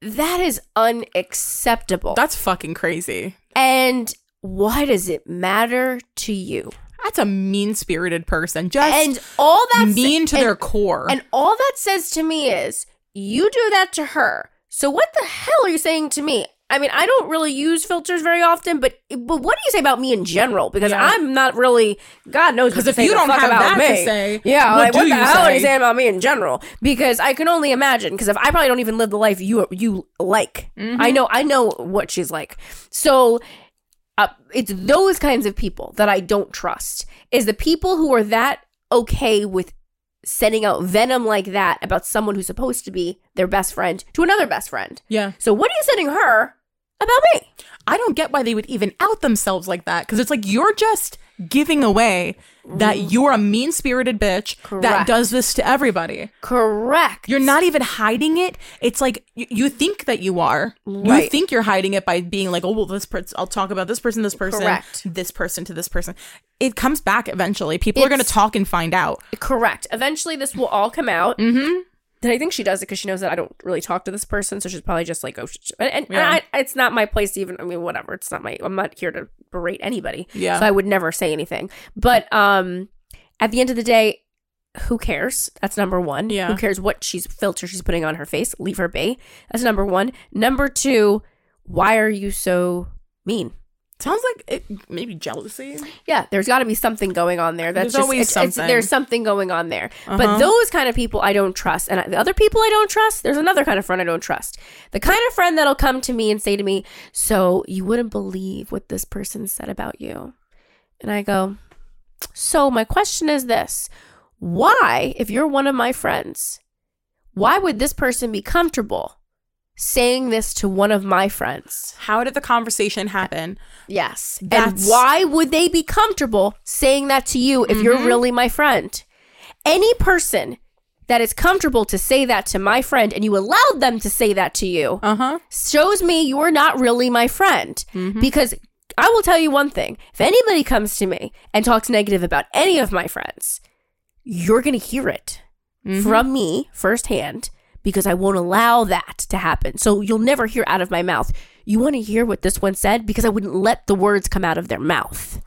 [SPEAKER 2] That is unacceptable.
[SPEAKER 1] that's fucking crazy.
[SPEAKER 2] and why does it matter to you?
[SPEAKER 1] That's a mean spirited person. Just
[SPEAKER 2] And all that
[SPEAKER 1] mean to
[SPEAKER 2] and,
[SPEAKER 1] their core.
[SPEAKER 2] and all that says to me is you do that to her. So what the hell are you saying to me? I mean, I don't really use filters very often, but but what do you say about me in general? Because
[SPEAKER 1] Yeah.
[SPEAKER 2] I'm not really God knows
[SPEAKER 1] Because
[SPEAKER 2] what
[SPEAKER 1] if
[SPEAKER 2] to say
[SPEAKER 1] you
[SPEAKER 2] the
[SPEAKER 1] don't
[SPEAKER 2] fuck
[SPEAKER 1] have
[SPEAKER 2] about
[SPEAKER 1] that to
[SPEAKER 2] me.
[SPEAKER 1] say,
[SPEAKER 2] yeah,
[SPEAKER 1] what
[SPEAKER 2] like,
[SPEAKER 1] do
[SPEAKER 2] what the
[SPEAKER 1] you
[SPEAKER 2] hell are you
[SPEAKER 1] say?
[SPEAKER 2] saying about me in general? Because I can only imagine. Because if I probably don't even live the life you you like,
[SPEAKER 1] Mm-hmm.
[SPEAKER 2] I know I know what she's like. So uh, it's those kinds of people that I don't trust. Is the people who are that okay with sending out venom like that about someone who's supposed to be their best friend to another best friend.
[SPEAKER 1] yeah.
[SPEAKER 2] So what are you sending her? about me.
[SPEAKER 1] I don't get why they would even out themselves like that because it's like you're just giving away that you're a mean spirited bitch that
[SPEAKER 2] Mm. Correct.
[SPEAKER 1] does this to everybody.
[SPEAKER 2] Correct.
[SPEAKER 1] You're not even hiding it. It's like you, you think that you are. You
[SPEAKER 2] Right.
[SPEAKER 1] think you're hiding it by being like, oh, well, this person, I'll talk about this person, this person,
[SPEAKER 2] Correct.
[SPEAKER 1] this person to this person. It comes back eventually. People are going to
[SPEAKER 2] It's-
[SPEAKER 1] talk and find out.
[SPEAKER 2] Correct. Eventually, this will all come out. Mm-hmm. And I think she does it because she knows that I don't really talk to this person, so she's probably just like, "Oh, sh- sh-" and, and
[SPEAKER 1] Yeah.
[SPEAKER 2] I, it's not my place. To even I mean, whatever. It's not my. I'm not here to berate anybody.
[SPEAKER 1] Yeah.
[SPEAKER 2] So I would never say anything. But um, at the end of the day, who cares? That's number one.
[SPEAKER 1] Yeah.
[SPEAKER 2] Who cares what she's filter she's putting on her face? Leave her be. That's number one. Number two, why are you so mean?
[SPEAKER 1] Sounds like it, maybe jealousy.
[SPEAKER 2] Yeah, there's got to be something going on there.
[SPEAKER 1] There's
[SPEAKER 2] That's just,
[SPEAKER 1] always
[SPEAKER 2] it's- it's-
[SPEAKER 1] something.
[SPEAKER 2] there's something going on there.
[SPEAKER 1] Uh-huh.
[SPEAKER 2] But those kind of people I don't trust, and I, the other people I don't trust. There's another kind of friend I don't trust. The kind of friend that'll come to me and say to me, "So you wouldn't believe what this person said about you," and I go, "So my question is this: Why, if you're one of my friends, why would this person be comfortable saying this to one of my friends?"
[SPEAKER 1] How did the conversation happen?
[SPEAKER 2] Yes.
[SPEAKER 1] That's-
[SPEAKER 2] and why would they be comfortable saying that to you if you're really my friend? Any person that is comfortable to say that to my friend and you allowed them to say that to you
[SPEAKER 1] Uh huh.
[SPEAKER 2] shows me you're not really my friend because I will tell you one thing. If anybody comes to me and talks negative about any of my friends, you're going to hear it from me firsthand because I won't allow that to happen. So you'll never hear out of my mouth. You want to hear what this one said because I wouldn't let the words come out of their mouth.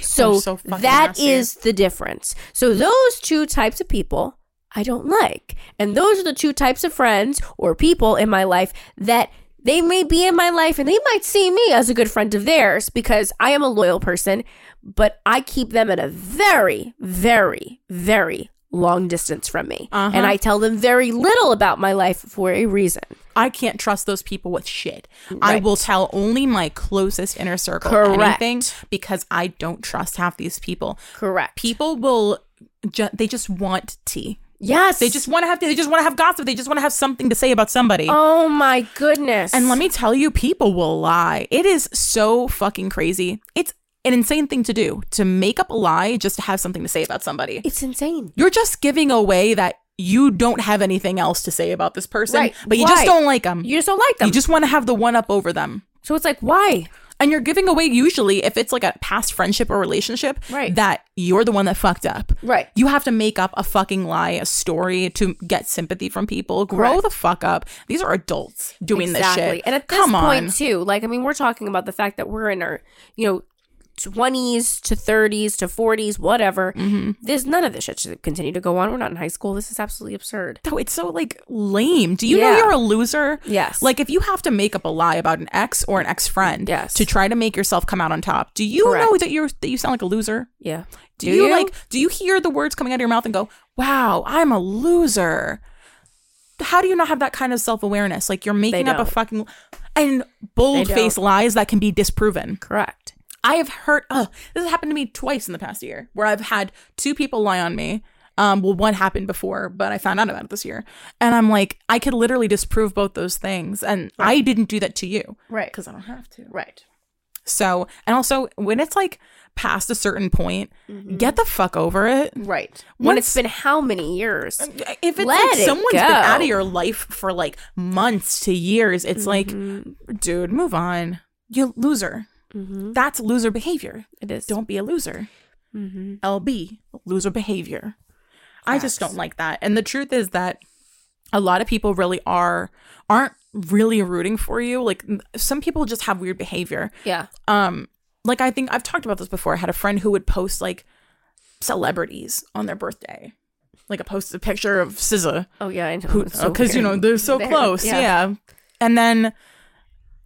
[SPEAKER 2] So,
[SPEAKER 1] are so fucking
[SPEAKER 2] that
[SPEAKER 1] nasty.
[SPEAKER 2] is the difference. So those two types of people I don't like. And those are the two types of friends or people in my life that they may be in my life and they might see me as a good friend of theirs because I am a loyal person, but I keep them at a very, very, very long distance from me.
[SPEAKER 1] Uh-huh.
[SPEAKER 2] And I tell them very little about my life for a reason.
[SPEAKER 1] I can't trust those people with shit. I
[SPEAKER 2] Right.
[SPEAKER 1] will tell only my closest inner circle
[SPEAKER 2] Correct.
[SPEAKER 1] anything because I don't trust half these people.
[SPEAKER 2] Correct.
[SPEAKER 1] People will, ju- they just want tea.
[SPEAKER 2] yes.
[SPEAKER 1] They just want to have they just want to have gossip. They just want to have something to say about somebody.
[SPEAKER 2] Oh my goodness.
[SPEAKER 1] And let me tell you, people will lie. It is so fucking crazy. It's an insane thing to do to make up a lie just to have something to say about somebody.
[SPEAKER 2] It's insane.
[SPEAKER 1] You're just giving away that you don't have anything else to say about this person,
[SPEAKER 2] Right.
[SPEAKER 1] but you
[SPEAKER 2] Why?
[SPEAKER 1] just don't like them.
[SPEAKER 2] You just don't like them.
[SPEAKER 1] You just want to have the one up over them.
[SPEAKER 2] so it's like, why?
[SPEAKER 1] And you're giving away usually if it's like a past friendship or relationship
[SPEAKER 2] Right.
[SPEAKER 1] that you're the one that fucked up.
[SPEAKER 2] Right.
[SPEAKER 1] You have to make up a fucking lie, a story to get sympathy from people. Grow
[SPEAKER 2] Correct.
[SPEAKER 1] the fuck up. These are adults doing this shit.
[SPEAKER 2] And at this
[SPEAKER 1] Come
[SPEAKER 2] point
[SPEAKER 1] on.
[SPEAKER 2] too, like I mean, we're talking about the fact that we're in our, you know, twenties to thirties to forties, whatever.
[SPEAKER 1] Mm-hmm.
[SPEAKER 2] There's none of this shit should continue to go on. We're not in high school. This is absolutely absurd.
[SPEAKER 1] Though it's so like lame. Do you know
[SPEAKER 2] Yeah.
[SPEAKER 1] you're a loser?
[SPEAKER 2] Yes.
[SPEAKER 1] Like if you have to make up a lie about an ex or an ex friend
[SPEAKER 2] Yes.
[SPEAKER 1] to try to make yourself come out on top, do you know
[SPEAKER 2] Correct.
[SPEAKER 1] that you're that you sound like a loser?
[SPEAKER 2] Yeah.
[SPEAKER 1] Do, you like do you hear the words coming out of your mouth and go, "Wow, I'm a loser." How do you not have that kind of self-awareness? Like you're making up a
[SPEAKER 2] don't.
[SPEAKER 1] fucking and bold-faced lies that can be disproven.
[SPEAKER 2] correct?
[SPEAKER 1] I have heard oh, this has happened to me twice in the past year where I've had two people lie on me. Um, well, one happened before, but I found out about it this year. And I'm like, I could literally disprove both those things. And I didn't do that to you.
[SPEAKER 2] Right.
[SPEAKER 1] Because I don't have to.
[SPEAKER 2] Right.
[SPEAKER 1] So, and also when it's like past a certain point,
[SPEAKER 2] Mm-hmm.
[SPEAKER 1] get the fuck over it.
[SPEAKER 2] Right. When
[SPEAKER 1] Once-
[SPEAKER 2] it's been how many years?
[SPEAKER 1] If it's
[SPEAKER 2] Let
[SPEAKER 1] like
[SPEAKER 2] it
[SPEAKER 1] someone's been
[SPEAKER 2] go.
[SPEAKER 1] out of your life for like months to years, it's
[SPEAKER 2] Mm-hmm.
[SPEAKER 1] like, dude, move on. You loser. That's loser behavior.
[SPEAKER 2] It is.
[SPEAKER 1] Don't be a loser. LB, loser behavior. I just don't like that. And the truth is that a lot of people really are aren't really rooting for you. Like m- some people just have weird behavior.
[SPEAKER 2] Yeah.
[SPEAKER 1] Um like I think I've talked about this before. I had a friend who would post like celebrities on their birthday. Like I posted a picture of SZA
[SPEAKER 2] Oh yeah. I know. It's so
[SPEAKER 1] because uh, you know
[SPEAKER 2] (laughs) weird.
[SPEAKER 1] they're so
[SPEAKER 2] They're-
[SPEAKER 1] close yeah.
[SPEAKER 2] yeah.
[SPEAKER 1] and then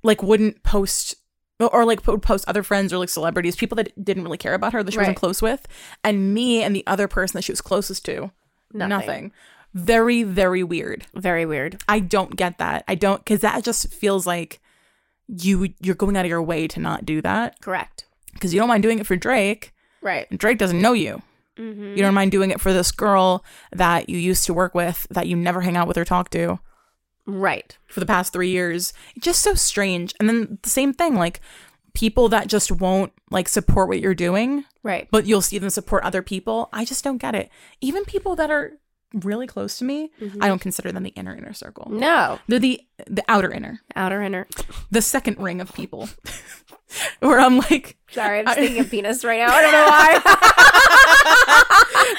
[SPEAKER 1] like wouldn't post or like would post other friends or like celebrities people that didn't really care about her that she wasn't
[SPEAKER 2] Right.
[SPEAKER 1] close with and me and the other person that she was closest to nothing,
[SPEAKER 2] Nothing.
[SPEAKER 1] very very weird
[SPEAKER 2] Very weird.
[SPEAKER 1] i don't get that i don't because that just feels like you you're going out of your way to not do that
[SPEAKER 2] Correct.
[SPEAKER 1] because you don't mind doing it for drake
[SPEAKER 2] Right.
[SPEAKER 1] and Drake doesn't know you.
[SPEAKER 2] Mm-hmm.
[SPEAKER 1] You don't mind doing it for this girl that you used to work with, that you never hang out with or talk to.
[SPEAKER 2] Right.
[SPEAKER 1] for the past three years. It's just so strange. And then the same thing, like people that just won't like support what you're doing,
[SPEAKER 2] Right.
[SPEAKER 1] but you'll see them support other people. I just don't get it. Even people that are really close to me, I don't consider them the inner inner circle.
[SPEAKER 2] No.
[SPEAKER 1] They're the the outer inner,
[SPEAKER 2] Outer inner.
[SPEAKER 1] the second ring of people. (laughs) Where I'm like
[SPEAKER 2] Sorry, I'm just thinking of penis right (laughs) now. I don't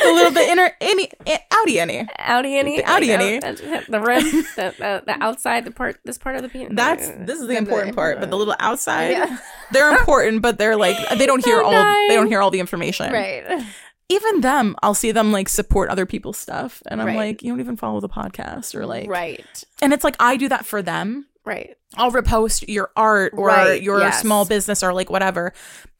[SPEAKER 2] know
[SPEAKER 1] a
[SPEAKER 2] why.
[SPEAKER 1] little bit inner any eh, outie any.
[SPEAKER 2] Outie innie.
[SPEAKER 1] The E. outie
[SPEAKER 2] Like,
[SPEAKER 1] innie.
[SPEAKER 2] out- that- E? (laughs) The rim. The, the, the outside. The part. This part of the E. penis.
[SPEAKER 1] That's
[SPEAKER 2] (laughs)
[SPEAKER 1] this is the important part, but the little outside, they're important, but they're like they don't hear
[SPEAKER 2] I'm
[SPEAKER 1] all
[SPEAKER 2] dying.
[SPEAKER 1] they don't hear all the information.
[SPEAKER 2] Right.
[SPEAKER 1] even them, I'll see them like support other people's stuff. And I'm
[SPEAKER 2] Right.
[SPEAKER 1] like, you don't even follow the podcast or like,
[SPEAKER 2] Right.
[SPEAKER 1] and it's like, I do that for them.
[SPEAKER 2] Right.
[SPEAKER 1] I'll repost your art or
[SPEAKER 2] Right,
[SPEAKER 1] your
[SPEAKER 2] yes.
[SPEAKER 1] small business or like whatever,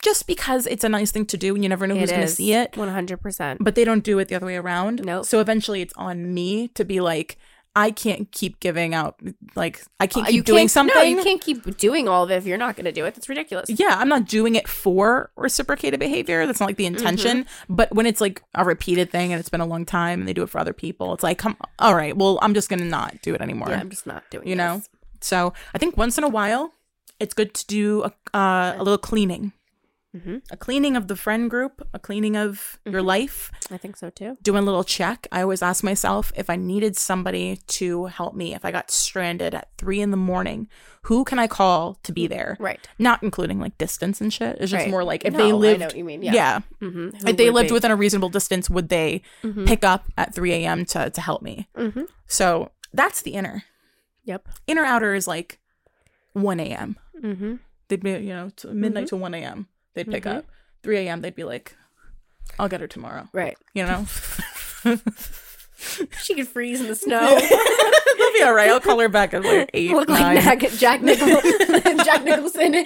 [SPEAKER 1] just because it's a nice thing to do and you never know who's going to see it.
[SPEAKER 2] One hundred percent.
[SPEAKER 1] But they don't do it the other way around.
[SPEAKER 2] Nope.
[SPEAKER 1] So eventually it's on me to be like, I can't keep giving out, like, I can't keep
[SPEAKER 2] Uh, You
[SPEAKER 1] doing
[SPEAKER 2] can't,
[SPEAKER 1] something.
[SPEAKER 2] No, you can't keep doing all of it if you're not going to do it. That's ridiculous.
[SPEAKER 1] yeah, I'm not doing it for reciprocated behavior. That's not like the intention. But when it's like a repeated thing and it's been a long time and they do it for other people, it's like, come, all right, well, I'm just going to not do it anymore.
[SPEAKER 2] Yeah, I'm just not doing.
[SPEAKER 1] you know?
[SPEAKER 2] this.
[SPEAKER 1] So I think once in a while, it's good to do a, uh, a little cleaning. A cleaning of the friend group, a cleaning of your life,
[SPEAKER 2] I think so too.
[SPEAKER 1] doing a little check. I always ask myself if I needed somebody to help me, if I got stranded at three in the morning, who can I call to be there?
[SPEAKER 2] Right.
[SPEAKER 1] not including like distance and shit. It's just
[SPEAKER 2] Right.
[SPEAKER 1] more like if
[SPEAKER 2] No, I
[SPEAKER 1] they
[SPEAKER 2] know
[SPEAKER 1] lived,
[SPEAKER 2] what you mean, yeah. Mm-hmm.
[SPEAKER 1] if they lived within a reasonable distance, would they pick up at 3 a.m. to to help me?
[SPEAKER 2] Mhm.
[SPEAKER 1] So that's the inner.
[SPEAKER 2] Yep.
[SPEAKER 1] Inner outer is like 1 a.m.
[SPEAKER 2] Mm-hmm.
[SPEAKER 1] They'd be you know to midnight to 1 a.m. They'd pick up 3 a.m. They'd be like, I'll get her tomorrow.
[SPEAKER 2] Right.
[SPEAKER 1] You know, (laughs)
[SPEAKER 2] She could freeze in the
[SPEAKER 1] (laughs)
[SPEAKER 2] snow.
[SPEAKER 1] it'll be all right. I'll call her back at like eight.
[SPEAKER 2] Look like
[SPEAKER 1] (laughs) nine.
[SPEAKER 2] Jack, Jack, Nichol- (laughs) Jack Nicholson. And, and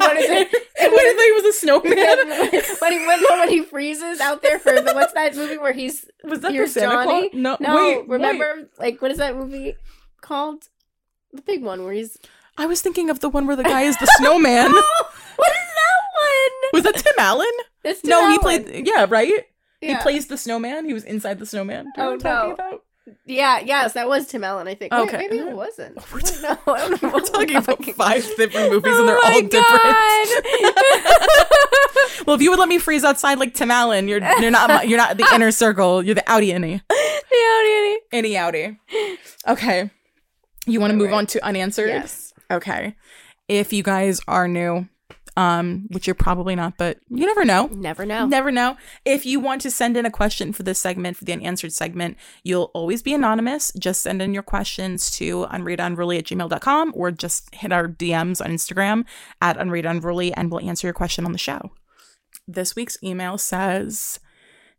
[SPEAKER 2] what is it?
[SPEAKER 1] Wait, I thought he was a snowman.
[SPEAKER 2] (laughs) when he when, when he freezes out there for the, what's that movie where he's
[SPEAKER 1] Was that the
[SPEAKER 2] here's
[SPEAKER 1] Santa
[SPEAKER 2] Johnny?
[SPEAKER 1] Claus? No,
[SPEAKER 2] no.
[SPEAKER 1] wait,
[SPEAKER 2] remember, like what is that movie called? The big one where he's
[SPEAKER 1] I was thinking of the one where the guy is the
[SPEAKER 2] (laughs)
[SPEAKER 1] snowman.
[SPEAKER 2] what is
[SPEAKER 1] Was that Tim Allen?
[SPEAKER 2] That's
[SPEAKER 1] no,
[SPEAKER 2] Tim
[SPEAKER 1] he
[SPEAKER 2] Allen.
[SPEAKER 1] played. Yeah, right. He
[SPEAKER 2] Yeah.
[SPEAKER 1] plays the snowman. He was inside the snowman. Do you
[SPEAKER 2] Oh,
[SPEAKER 1] know what I'm
[SPEAKER 2] no.
[SPEAKER 1] talking about?
[SPEAKER 2] Yeah, yes, that was Tim Allen. I think.
[SPEAKER 1] Okay.
[SPEAKER 2] Wait, maybe it wasn't. I
[SPEAKER 1] (laughs) We're
[SPEAKER 2] don't know. I don't know.
[SPEAKER 1] (laughs) We're (laughs) talking
[SPEAKER 2] (laughs)
[SPEAKER 1] about five different movies,
[SPEAKER 2] Oh
[SPEAKER 1] and they're
[SPEAKER 2] my
[SPEAKER 1] all different. (laughs)
[SPEAKER 2] God.
[SPEAKER 1] Well, if you would let me freeze outside like Tim Allen, you're you're not my- you're not the (laughs) inner circle. You're the outie innie,
[SPEAKER 2] Yeah, Danny.
[SPEAKER 1] innie outie. Okay, you want to move
[SPEAKER 2] right.
[SPEAKER 1] on to unanswered?
[SPEAKER 2] Yes.
[SPEAKER 1] Okay, if you guys are new, um, which you're probably not, but you never know.
[SPEAKER 2] Never know.
[SPEAKER 1] Never know. If you want to send in a question for this segment, for the unanswered segment, you'll always be anonymous. Just send in your questions to unreadunruly at gmail.com or just hit our DMs on Instagram at unreadunruly and we'll answer your question on the show. This week's email says,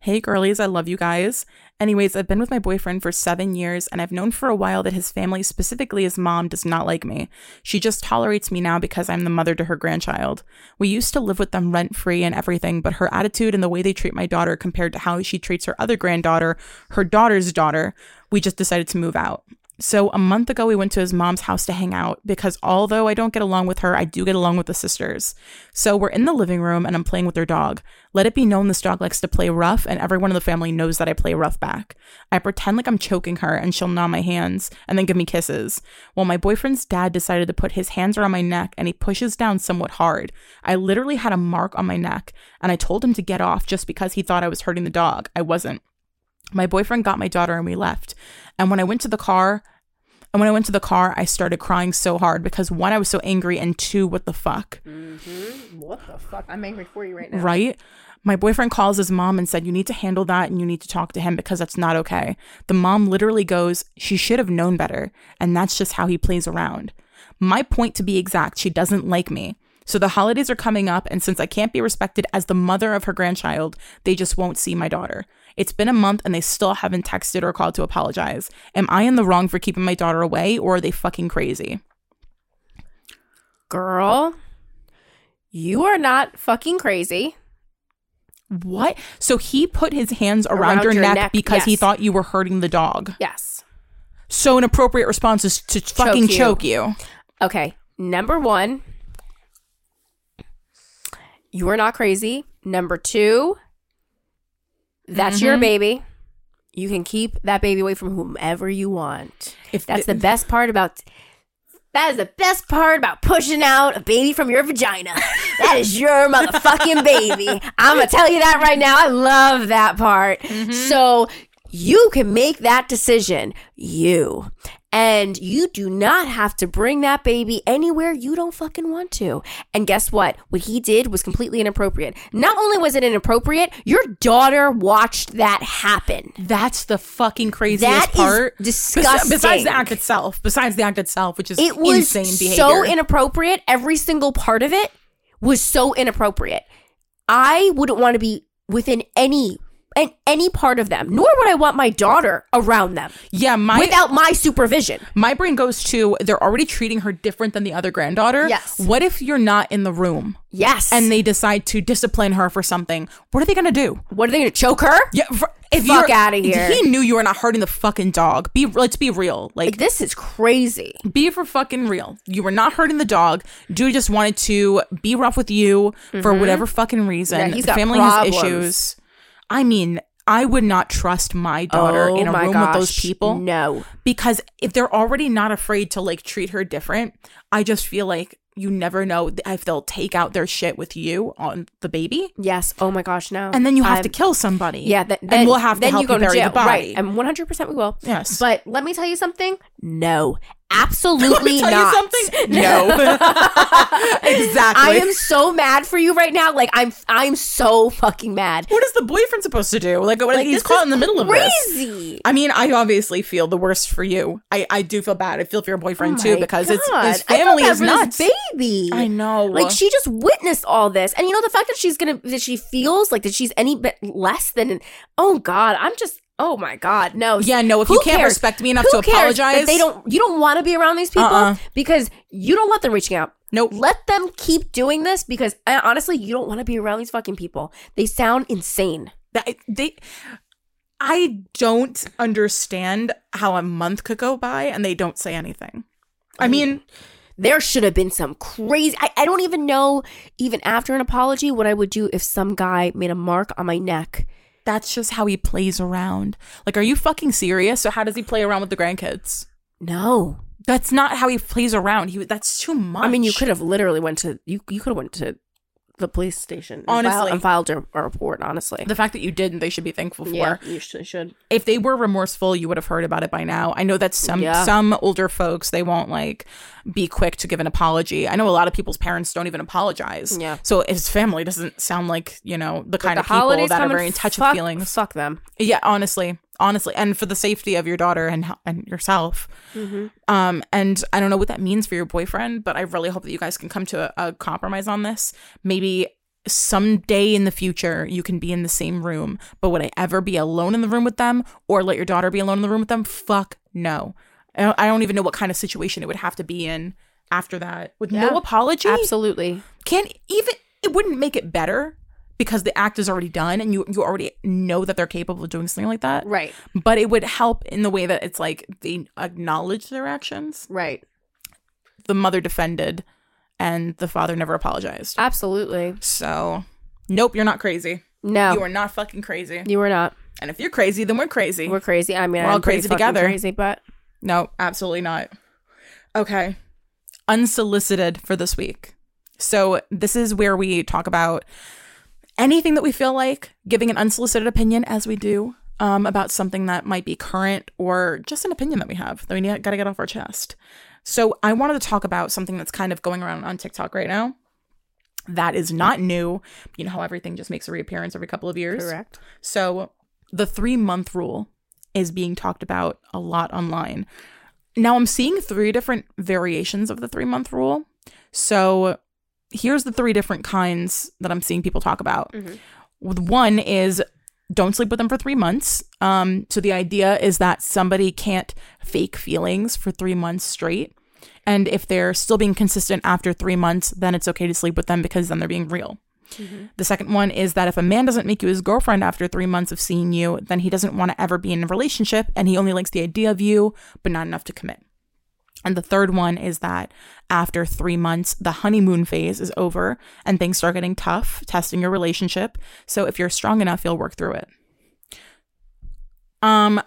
[SPEAKER 1] Hey girlies, I love you guys. Anyways, I've been with my boyfriend for seven years, and I've known for a while that his family, specifically his mom, does not like me. She just tolerates me now because I'm the mother to her grandchild. We used to live with them rent free and everything, but her attitude and the way they treat my daughter compared to how she treats her other granddaughter, her daughter's daughter, we just decided to move out. So a month ago, we went to his mom's house to hang out because although I don't get along with her, I do get along with the sisters. So we're in the living room and I'm playing with their dog. Let it be known this dog likes to play rough, and everyone in the family knows that I play rough back. I pretend like I'm choking her and she'll gnaw my hands and then give me kisses. Well, my boyfriend's dad decided to put his hands around my neck and he pushes down somewhat hard. I literally had a mark on my neck and I told him to get off just because he thought I was hurting the dog. I wasn't. My boyfriend got my daughter and we left. And when I went to the car, and when I went to the car, I started crying so hard because one, I was so angry, and two, what the fuck?
[SPEAKER 2] What the fuck? I'm angry for you right now.
[SPEAKER 1] Right? My boyfriend calls his mom and said, You need to handle that and you need to talk to him because that's not okay. The mom literally goes, She should have known better. And that's just how he plays around. My point, to be exact, she doesn't like me. So the holidays are coming up, and since I can't be respected as the mother of her grandchild, they just won't see my daughter. It's been a month and they still haven't texted or called to apologize. Am I in the wrong for keeping my daughter away or are they fucking crazy?
[SPEAKER 2] Girl, you are not fucking crazy.
[SPEAKER 1] What? So he put his hands around,
[SPEAKER 2] Around
[SPEAKER 1] your,
[SPEAKER 2] your
[SPEAKER 1] neck,
[SPEAKER 2] neck,
[SPEAKER 1] because he
[SPEAKER 2] yes.
[SPEAKER 1] thought you were hurting the dog.
[SPEAKER 2] Yes.
[SPEAKER 1] So an appropriate response is to fucking
[SPEAKER 2] you.
[SPEAKER 1] choke you.
[SPEAKER 2] Okay. Number one,
[SPEAKER 1] Mm-hmm.
[SPEAKER 2] you are not crazy. Number two, that's your baby. You can keep that baby away from whomever you want.
[SPEAKER 1] If
[SPEAKER 2] That's
[SPEAKER 1] the-
[SPEAKER 2] the best part about. That is the best part about pushing out a baby from your vagina. That is your motherfucking baby. I'm gonna tell you that right now. I love that part. So you can make that decision, you. And you do not have to bring that baby anywhere you don't fucking want to. And guess what? What he did was completely inappropriate. Not only was it inappropriate, your daughter watched that happen.
[SPEAKER 1] That's the fucking craziest
[SPEAKER 2] That is
[SPEAKER 1] part. Bes- Besides
[SPEAKER 2] disgusting.
[SPEAKER 1] the act itself, besides the act itself, which is
[SPEAKER 2] it was
[SPEAKER 1] insane behavior.
[SPEAKER 2] so inappropriate. Every single part of it was so inappropriate. I wouldn't want to be within any and any part of them, nor would I want my daughter around them
[SPEAKER 1] yeah, my
[SPEAKER 2] without my supervision.
[SPEAKER 1] my brain goes to they're already treating her different than the other granddaughter.
[SPEAKER 2] Yes.
[SPEAKER 1] What if you're not in the room
[SPEAKER 2] Yes.
[SPEAKER 1] and they decide to discipline her for something? What are they gonna do?
[SPEAKER 2] what are they going to choke her?
[SPEAKER 1] Yeah, for, if
[SPEAKER 2] Fuck
[SPEAKER 1] you're-
[SPEAKER 2] outta here.
[SPEAKER 1] He knew you were not hurting the fucking dog. Be let's be real. Like
[SPEAKER 2] This is crazy.
[SPEAKER 1] be for fucking real. You were not hurting the dog. Dude just wanted to be rough with you for whatever fucking reason.
[SPEAKER 2] Mm-hmm. Yeah, he's
[SPEAKER 1] The
[SPEAKER 2] got
[SPEAKER 1] family has
[SPEAKER 2] problems.
[SPEAKER 1] issues. I mean, I would not trust my daughter
[SPEAKER 2] oh
[SPEAKER 1] in a
[SPEAKER 2] my
[SPEAKER 1] room
[SPEAKER 2] gosh.
[SPEAKER 1] with those people
[SPEAKER 2] No.
[SPEAKER 1] because if they're already not afraid to like treat her different, I just feel like you never know th- if they'll take out their shit with you on the baby,
[SPEAKER 2] Yes. Oh my gosh. No.
[SPEAKER 1] and then you have
[SPEAKER 2] I'm-
[SPEAKER 1] to kill somebody.
[SPEAKER 2] Yeah, th-
[SPEAKER 1] and we'll have to
[SPEAKER 2] then
[SPEAKER 1] help
[SPEAKER 2] you go to
[SPEAKER 1] bury
[SPEAKER 2] jail,
[SPEAKER 1] the body.
[SPEAKER 2] right? And one hundred percent, we will.
[SPEAKER 1] Yes.
[SPEAKER 2] but let me tell you something.
[SPEAKER 1] (laughs)
[SPEAKER 2] No, absolutely
[SPEAKER 1] Tell
[SPEAKER 2] not.
[SPEAKER 1] you
[SPEAKER 2] (laughs)
[SPEAKER 1] something? No, (laughs) exactly.
[SPEAKER 2] I am so mad for you right now. Like I'm, I'm so fucking mad.
[SPEAKER 1] what is the boyfriend supposed to do? Like, what, he's
[SPEAKER 2] this
[SPEAKER 1] caught
[SPEAKER 2] is
[SPEAKER 1] in the middle of this.
[SPEAKER 2] Crazy.
[SPEAKER 1] I mean, I obviously feel the worst for you. I, I do feel bad. I feel for your boyfriend
[SPEAKER 2] Oh
[SPEAKER 1] too
[SPEAKER 2] my
[SPEAKER 1] because it's
[SPEAKER 2] God.
[SPEAKER 1] his
[SPEAKER 2] I felt
[SPEAKER 1] family
[SPEAKER 2] bad
[SPEAKER 1] is
[SPEAKER 2] for
[SPEAKER 1] nuts.
[SPEAKER 2] This baby,
[SPEAKER 1] I know.
[SPEAKER 2] Like she just witnessed all this, and you know the fact that she's gonna that she feels like that she's any bit less than. An, oh God, I'm just. Oh my God, no.
[SPEAKER 1] Yeah, no, if
[SPEAKER 2] Who
[SPEAKER 1] you can't
[SPEAKER 2] cares?
[SPEAKER 1] respect me enough
[SPEAKER 2] Who
[SPEAKER 1] to
[SPEAKER 2] cares that
[SPEAKER 1] apologize-
[SPEAKER 2] they don't. You don't want to be around these people
[SPEAKER 1] Uh-uh.
[SPEAKER 2] because you don't want them reaching out.
[SPEAKER 1] Nope.
[SPEAKER 2] Let them keep doing this because uh, honestly, you don't want to be around these fucking people. They sound insane.
[SPEAKER 1] that they i don't understand how a month could go by and they don't say anything i
[SPEAKER 2] Mm.
[SPEAKER 1] mean
[SPEAKER 2] there should have been some crazy I, I don't even know even after an apology what i would do if some guy made a mark on my neck
[SPEAKER 1] that's just how he plays around like are you fucking serious so how does he play around with the grandkids
[SPEAKER 2] no
[SPEAKER 1] that's not how he plays around he that's too much
[SPEAKER 2] i mean you could have literally went to you, you could have went to the police station and
[SPEAKER 1] Honestly.
[SPEAKER 2] filed, and filed a, a report honestly
[SPEAKER 1] the fact that you didn't they should be thankful for
[SPEAKER 2] yeah you should, should
[SPEAKER 1] if they were remorseful you would have heard about it by now i know that some
[SPEAKER 2] Yeah.
[SPEAKER 1] some older folks they won't like be quick to give an apology i know a lot of people's parents don't even apologize
[SPEAKER 2] Yeah.
[SPEAKER 1] so his family doesn't sound like you know the kind
[SPEAKER 2] the
[SPEAKER 1] of people
[SPEAKER 2] holidays
[SPEAKER 1] that are
[SPEAKER 2] coming,
[SPEAKER 1] very in touch
[SPEAKER 2] fuck-
[SPEAKER 1] with feelings (laughs)
[SPEAKER 2] fuck them
[SPEAKER 1] yeah honestly honestly and for the safety of your daughter and h- and yourself um and i don't know what that means for your boyfriend but i really hope that you guys can come to a, a compromise on this maybe someday in the future you can be in the same room but would i ever be alone in the room with them or let your daughter be alone in the room with them fuck no i don't, I don't even know what kind of situation it would have to be in after that with
[SPEAKER 2] Yeah.
[SPEAKER 1] no apology
[SPEAKER 2] absolutely
[SPEAKER 1] can't even it wouldn't make it better because the act is already done and you you already know that they're capable of doing something like that
[SPEAKER 2] right
[SPEAKER 1] but it would help in the way that it's like they acknowledge their actions
[SPEAKER 2] right
[SPEAKER 1] the mother defended and the father never apologized
[SPEAKER 2] absolutely
[SPEAKER 1] so nope you're not crazy
[SPEAKER 2] no
[SPEAKER 1] you are not fucking crazy
[SPEAKER 2] you were not
[SPEAKER 1] and if you're crazy then we're crazy
[SPEAKER 2] we're crazy i mean
[SPEAKER 1] We're
[SPEAKER 2] I'm
[SPEAKER 1] all
[SPEAKER 2] pretty
[SPEAKER 1] crazy
[SPEAKER 2] fucking
[SPEAKER 1] together.
[SPEAKER 2] crazy but
[SPEAKER 1] no absolutely not okay unsolicited for this week so this is where we talk about anything that we feel like giving an unsolicited opinion as we do um, about something that might be current or just an opinion that we have that we need, gotta get off our chest so i wanted to talk about something that's kind of going around on tiktok right now that is not new you know how everything just makes a reappearance every couple of years
[SPEAKER 2] Correct.
[SPEAKER 1] so the three month rule is being talked about a lot online now i'm seeing three different variations of the three month rule so here's the three different kinds that i'm seeing people talk about with One is don't sleep with them for three months. Um, so the idea is that somebody can't fake feelings for three months straight. And if they're still being consistent after three months, then it's okay to sleep with them because then they're being real. The second one is that if a man doesn't make you his girlfriend after three months of seeing you, then he doesn't want to ever be in a relationship and he only likes the idea of you, but not enough to commit. And the third one is that after three months, the honeymoon phase is over and things start getting tough, testing your relationship. So if you're strong enough, you'll work through it. Um,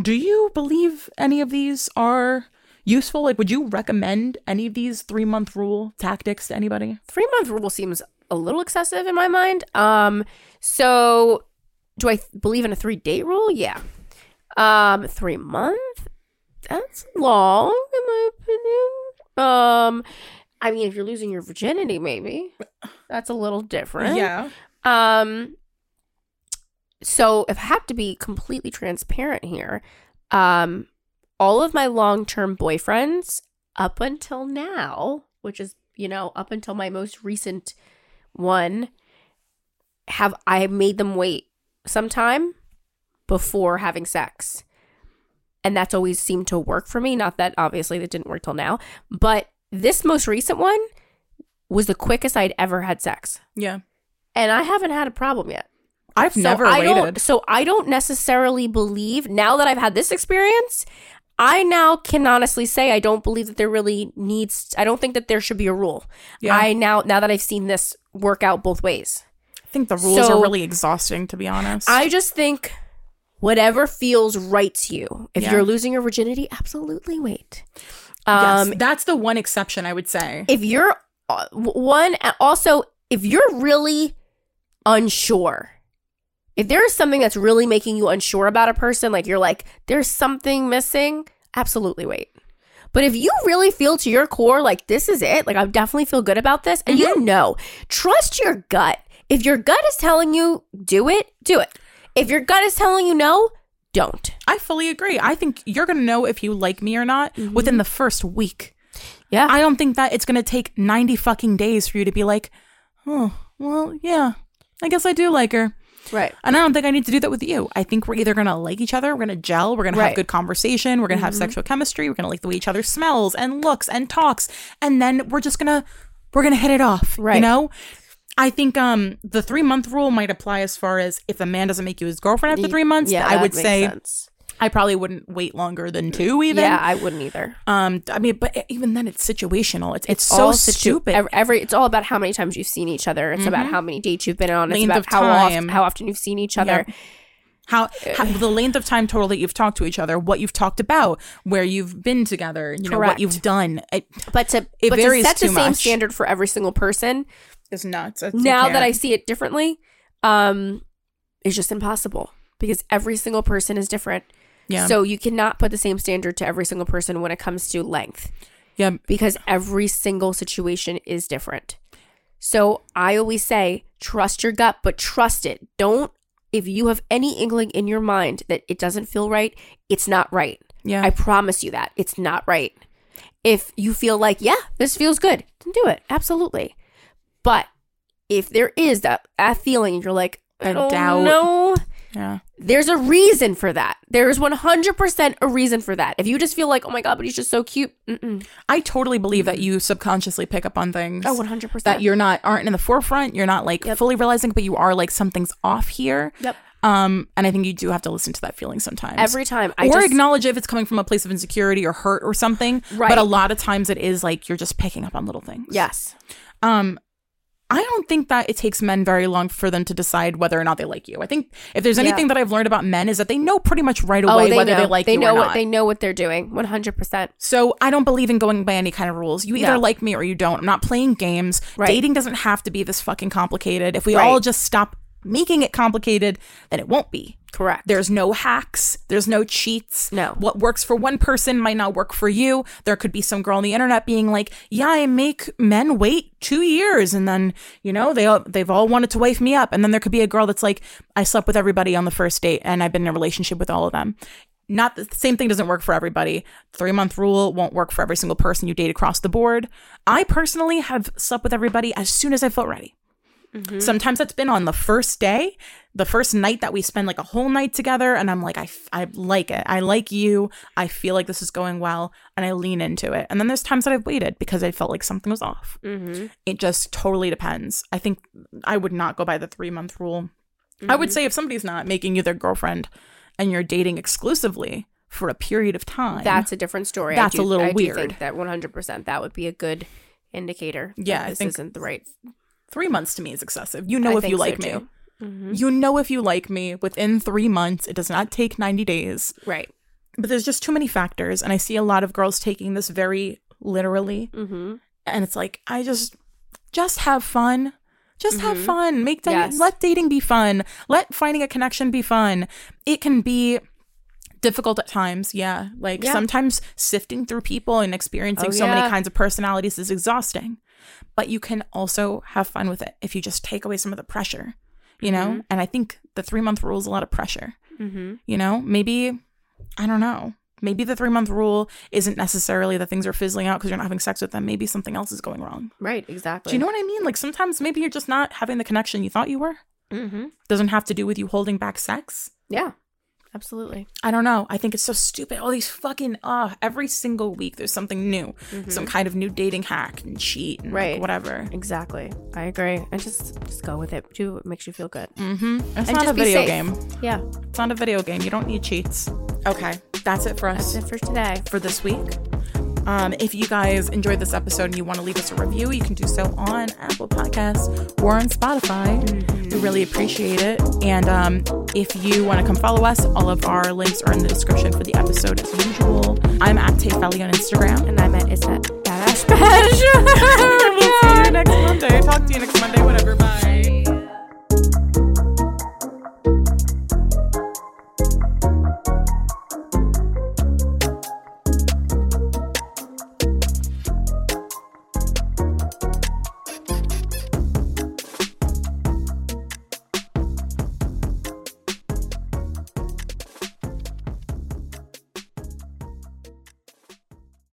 [SPEAKER 1] do you believe any of these are useful? Like, would you recommend any of these three month rule tactics to anybody?
[SPEAKER 2] Three month rule seems a little excessive in my mind. Um, so do I th- believe in a three date rule? Yeah. Um, three month? That's long, in my opinion. Um, I mean, if you're losing your virginity, maybe that's a little different. Um so if I have to be completely transparent here, um all of my long-term boyfriends up until now, which is, you know, up until my most recent one have I made them wait sometime before having sex. And that's always seemed to work for me. Not that obviously that didn't work till now, but this most recent one was the quickest I'd ever had sex
[SPEAKER 1] Yeah.
[SPEAKER 2] and I haven't had a problem yet.
[SPEAKER 1] I've never
[SPEAKER 2] I
[SPEAKER 1] waited.
[SPEAKER 2] don't. So I don't necessarily believe now that I've had this experience. I now can honestly say I don't believe that there really needs. I don't think that there should be a rule.
[SPEAKER 1] Yeah.
[SPEAKER 2] I now now that I've seen this work out both ways.
[SPEAKER 1] I think the rules
[SPEAKER 2] So-
[SPEAKER 1] are really exhausting, to be honest.
[SPEAKER 2] I just think whatever feels right to you. If
[SPEAKER 1] Yeah.
[SPEAKER 2] you're losing your virginity, absolutely wait.
[SPEAKER 1] Yes,
[SPEAKER 2] Um,
[SPEAKER 1] that's the one exception I would say.
[SPEAKER 2] if you're uh, w- one uh, also if you're really unsure if there is something that's really making you unsure about a person like you're like there's something missing absolutely wait but if you really feel to your core like this is it like i definitely feel good about this and
[SPEAKER 1] Mm-hmm.
[SPEAKER 2] you know trust your gut if your gut is telling you do it do it if your gut is telling you no don't
[SPEAKER 1] I fully agree. I think you're going to know if you like me or not within the first week.
[SPEAKER 2] yeah
[SPEAKER 1] I don't think that it's going to take 90 fucking days for you to be like, oh, well, yeah, I guess I do like her.
[SPEAKER 2] right
[SPEAKER 1] And I don't think I need to do that with you. I think we're either going to like each other, we're going to gel, we're going to
[SPEAKER 2] Right. Mm-hmm.
[SPEAKER 1] have good conversation, we're going to have sexual chemistry, we're going to like the way each other smells and looks and talks, and then we're just going to we're going to hit it off,
[SPEAKER 2] Right.
[SPEAKER 1] you know? I think um the 3 month rule might apply as far as if a man doesn't make you his girlfriend after 3 months,
[SPEAKER 2] yeah
[SPEAKER 1] I
[SPEAKER 2] that
[SPEAKER 1] would
[SPEAKER 2] makes
[SPEAKER 1] say
[SPEAKER 2] sense.
[SPEAKER 1] I probably wouldn't wait longer than 2 even.
[SPEAKER 2] yeah i wouldn't either
[SPEAKER 1] Um I mean, but even then it's situational. It's it's, so
[SPEAKER 2] all situ-
[SPEAKER 1] stupid. Mm-hmm.
[SPEAKER 2] ev- Every it's all about how many times you've seen each other. It's about how many dates you've been on. It's
[SPEAKER 1] Length
[SPEAKER 2] about
[SPEAKER 1] of
[SPEAKER 2] how
[SPEAKER 1] time.
[SPEAKER 2] often how often you've seen each other.
[SPEAKER 1] how, how
[SPEAKER 2] Eh.
[SPEAKER 1] the length of time total that you've talked to each other, what you've talked about, where you've been together, you know
[SPEAKER 2] Correct.
[SPEAKER 1] what you've done. It
[SPEAKER 2] But to
[SPEAKER 1] It
[SPEAKER 2] but to
[SPEAKER 1] varies
[SPEAKER 2] set the
[SPEAKER 1] too
[SPEAKER 2] same
[SPEAKER 1] much.
[SPEAKER 2] standard for every single person.
[SPEAKER 1] is nuts. It's- you
[SPEAKER 2] now that I
[SPEAKER 1] can't.
[SPEAKER 2] see it differently, um, is just impossible because every single person is different.
[SPEAKER 1] yeah
[SPEAKER 2] So you cannot put the same standard to every single person when it comes to length.
[SPEAKER 1] yeah
[SPEAKER 2] because every single situation is different. So I always say, trust your gut, but trust it. Don't, if you have any inkling in your mind that it doesn't feel right, it's not right.
[SPEAKER 1] yeah
[SPEAKER 2] I promise you that it's not right. If you feel like, yeah, this feels good, then do it. Absolutely. But if there is that, that feeling, and you're like, I
[SPEAKER 1] A
[SPEAKER 2] don't
[SPEAKER 1] doubt.
[SPEAKER 2] know.
[SPEAKER 1] yeah
[SPEAKER 2] There's a reason for that. There is 100% a reason for that. If you just feel like, oh my God, but he's just so cute. Mm-mm.
[SPEAKER 1] I totally believe that you subconsciously pick up on things.
[SPEAKER 2] Oh, 100%.
[SPEAKER 1] that you're not aren't in the forefront. You're not like fully realizing, but you are like something's off here.
[SPEAKER 2] Yep.
[SPEAKER 1] Um, and I think you do have to listen to that feeling sometimes.
[SPEAKER 2] Every time. I
[SPEAKER 1] or
[SPEAKER 2] just,
[SPEAKER 1] acknowledge if it's coming from a place of insecurity or hurt or something.
[SPEAKER 2] Right.
[SPEAKER 1] But a lot of times it is like you're just picking up on little things.
[SPEAKER 2] Yes.
[SPEAKER 1] Um, I don't think that it takes men very long for them to decide whether or not they like you. I think if there's anything that I've learned about men is that they know pretty much right away whether Oh, they like you
[SPEAKER 2] Oh, know
[SPEAKER 1] or
[SPEAKER 2] what
[SPEAKER 1] not.
[SPEAKER 2] they know what they're doing. One hundred percent.
[SPEAKER 1] So I don't believe in going by any kind of rules. You either
[SPEAKER 2] No.
[SPEAKER 1] like me or you don't. I'm not playing games.
[SPEAKER 2] Right.
[SPEAKER 1] Dating doesn't have to be this fucking complicated. If we
[SPEAKER 2] Right.
[SPEAKER 1] all just stop making it complicated, then it won't be.
[SPEAKER 2] Correct.
[SPEAKER 1] There's no hacks. There's no cheats.
[SPEAKER 2] No.
[SPEAKER 1] What works for one person might not work for you. There could be some girl on the internet being like, "Yeah, I make men wait two years, and then you know they all, they've all wanted to wife me up." And then there could be a girl that's like, "I slept with everybody on the first date, and I've been in a relationship with all of them." Not the same thing doesn't work for everybody. Three month rule won't work for every single person you date across the board. I personally have slept with everybody as soon as I felt ready.
[SPEAKER 2] Mm-hmm.
[SPEAKER 1] Sometimes that's been on the first day, the first night that we spend like a whole night together. And I'm like, I, f- I like it. I like you. I feel like this is going well. And I lean into it. And then there's times that I've waited because I felt like something was off.
[SPEAKER 2] Mm-hmm.
[SPEAKER 1] It just totally depends. I think I would not go by the three month rule. I
[SPEAKER 2] Mm-hmm.
[SPEAKER 1] would say if somebody's not making you their girlfriend and you're dating exclusively for a period of time,
[SPEAKER 2] That's a different story. I
[SPEAKER 1] That's
[SPEAKER 2] do-
[SPEAKER 1] a little
[SPEAKER 2] I do
[SPEAKER 1] weird.
[SPEAKER 2] think that one hundred percent. That would be a good indicator. that
[SPEAKER 1] Yeah, I
[SPEAKER 2] this
[SPEAKER 1] think-
[SPEAKER 2] isn't the right.
[SPEAKER 1] three months to me is excessive. You know
[SPEAKER 2] I
[SPEAKER 1] if
[SPEAKER 2] think
[SPEAKER 1] you
[SPEAKER 2] so,
[SPEAKER 1] like me.
[SPEAKER 2] too. Mm-hmm.
[SPEAKER 1] You know if you like me within three months. It does not take 90 days.
[SPEAKER 2] Right.
[SPEAKER 1] But there's just too many factors. And I see a lot of girls taking this very literally.
[SPEAKER 2] Mm-hmm.
[SPEAKER 1] And it's like, I just, just have fun. Just have fun. Make dating,
[SPEAKER 2] Yes.
[SPEAKER 1] let dating be fun. Let finding a connection be fun. It can be difficult at times. Yeah. Like
[SPEAKER 2] Yeah.
[SPEAKER 1] sometimes sifting through people and experiencing
[SPEAKER 2] Oh,
[SPEAKER 1] so many
[SPEAKER 2] yeah.
[SPEAKER 1] kinds of personalities is exhausting. But you can also have fun with it if you just take away some of the pressure, you know? And I think the three month rule is a lot of pressure
[SPEAKER 2] Mm-hmm.
[SPEAKER 1] you know maybe i don't know maybe the three month rule isn't necessarily that things are fizzling out because you're not having sex with them maybe something else is going wrong
[SPEAKER 2] Right. Exactly.
[SPEAKER 1] do you know what i mean like sometimes maybe you're just not having the connection you thought you were
[SPEAKER 2] Mm-hmm.
[SPEAKER 1] doesn't have to do with you holding back sex
[SPEAKER 2] Yeah. Absolutely.
[SPEAKER 1] i don't know i think it's so stupid all these fucking uh every single week there's something new some kind of new dating hack and cheat and like,
[SPEAKER 2] Mm-hmm. Right.
[SPEAKER 1] whatever
[SPEAKER 2] Exactly. I agree. And just just go with it. Do what makes you feel good.
[SPEAKER 1] mm-hmm it's
[SPEAKER 2] And
[SPEAKER 1] not a
[SPEAKER 2] just be
[SPEAKER 1] video
[SPEAKER 2] safe.
[SPEAKER 1] game
[SPEAKER 2] Yeah.
[SPEAKER 1] it's not a video game you don't need cheats okay that's it for us
[SPEAKER 2] That's it for today.
[SPEAKER 1] for this week. Um, if you guys enjoyed this episode and you want to leave us a review, you can do so on Apple Podcasts or on Spotify.
[SPEAKER 2] Mm-hmm.
[SPEAKER 1] We really appreciate it. And um, if you want to come follow us, all of our links are in the description for the episode as usual. I'm at Tayfelly on Instagram.
[SPEAKER 2] And I met is that
[SPEAKER 1] (laughs)
[SPEAKER 2] badass badge.
[SPEAKER 1] we'll see you next Monday. Talk to you next Monday. Whatever. Bye.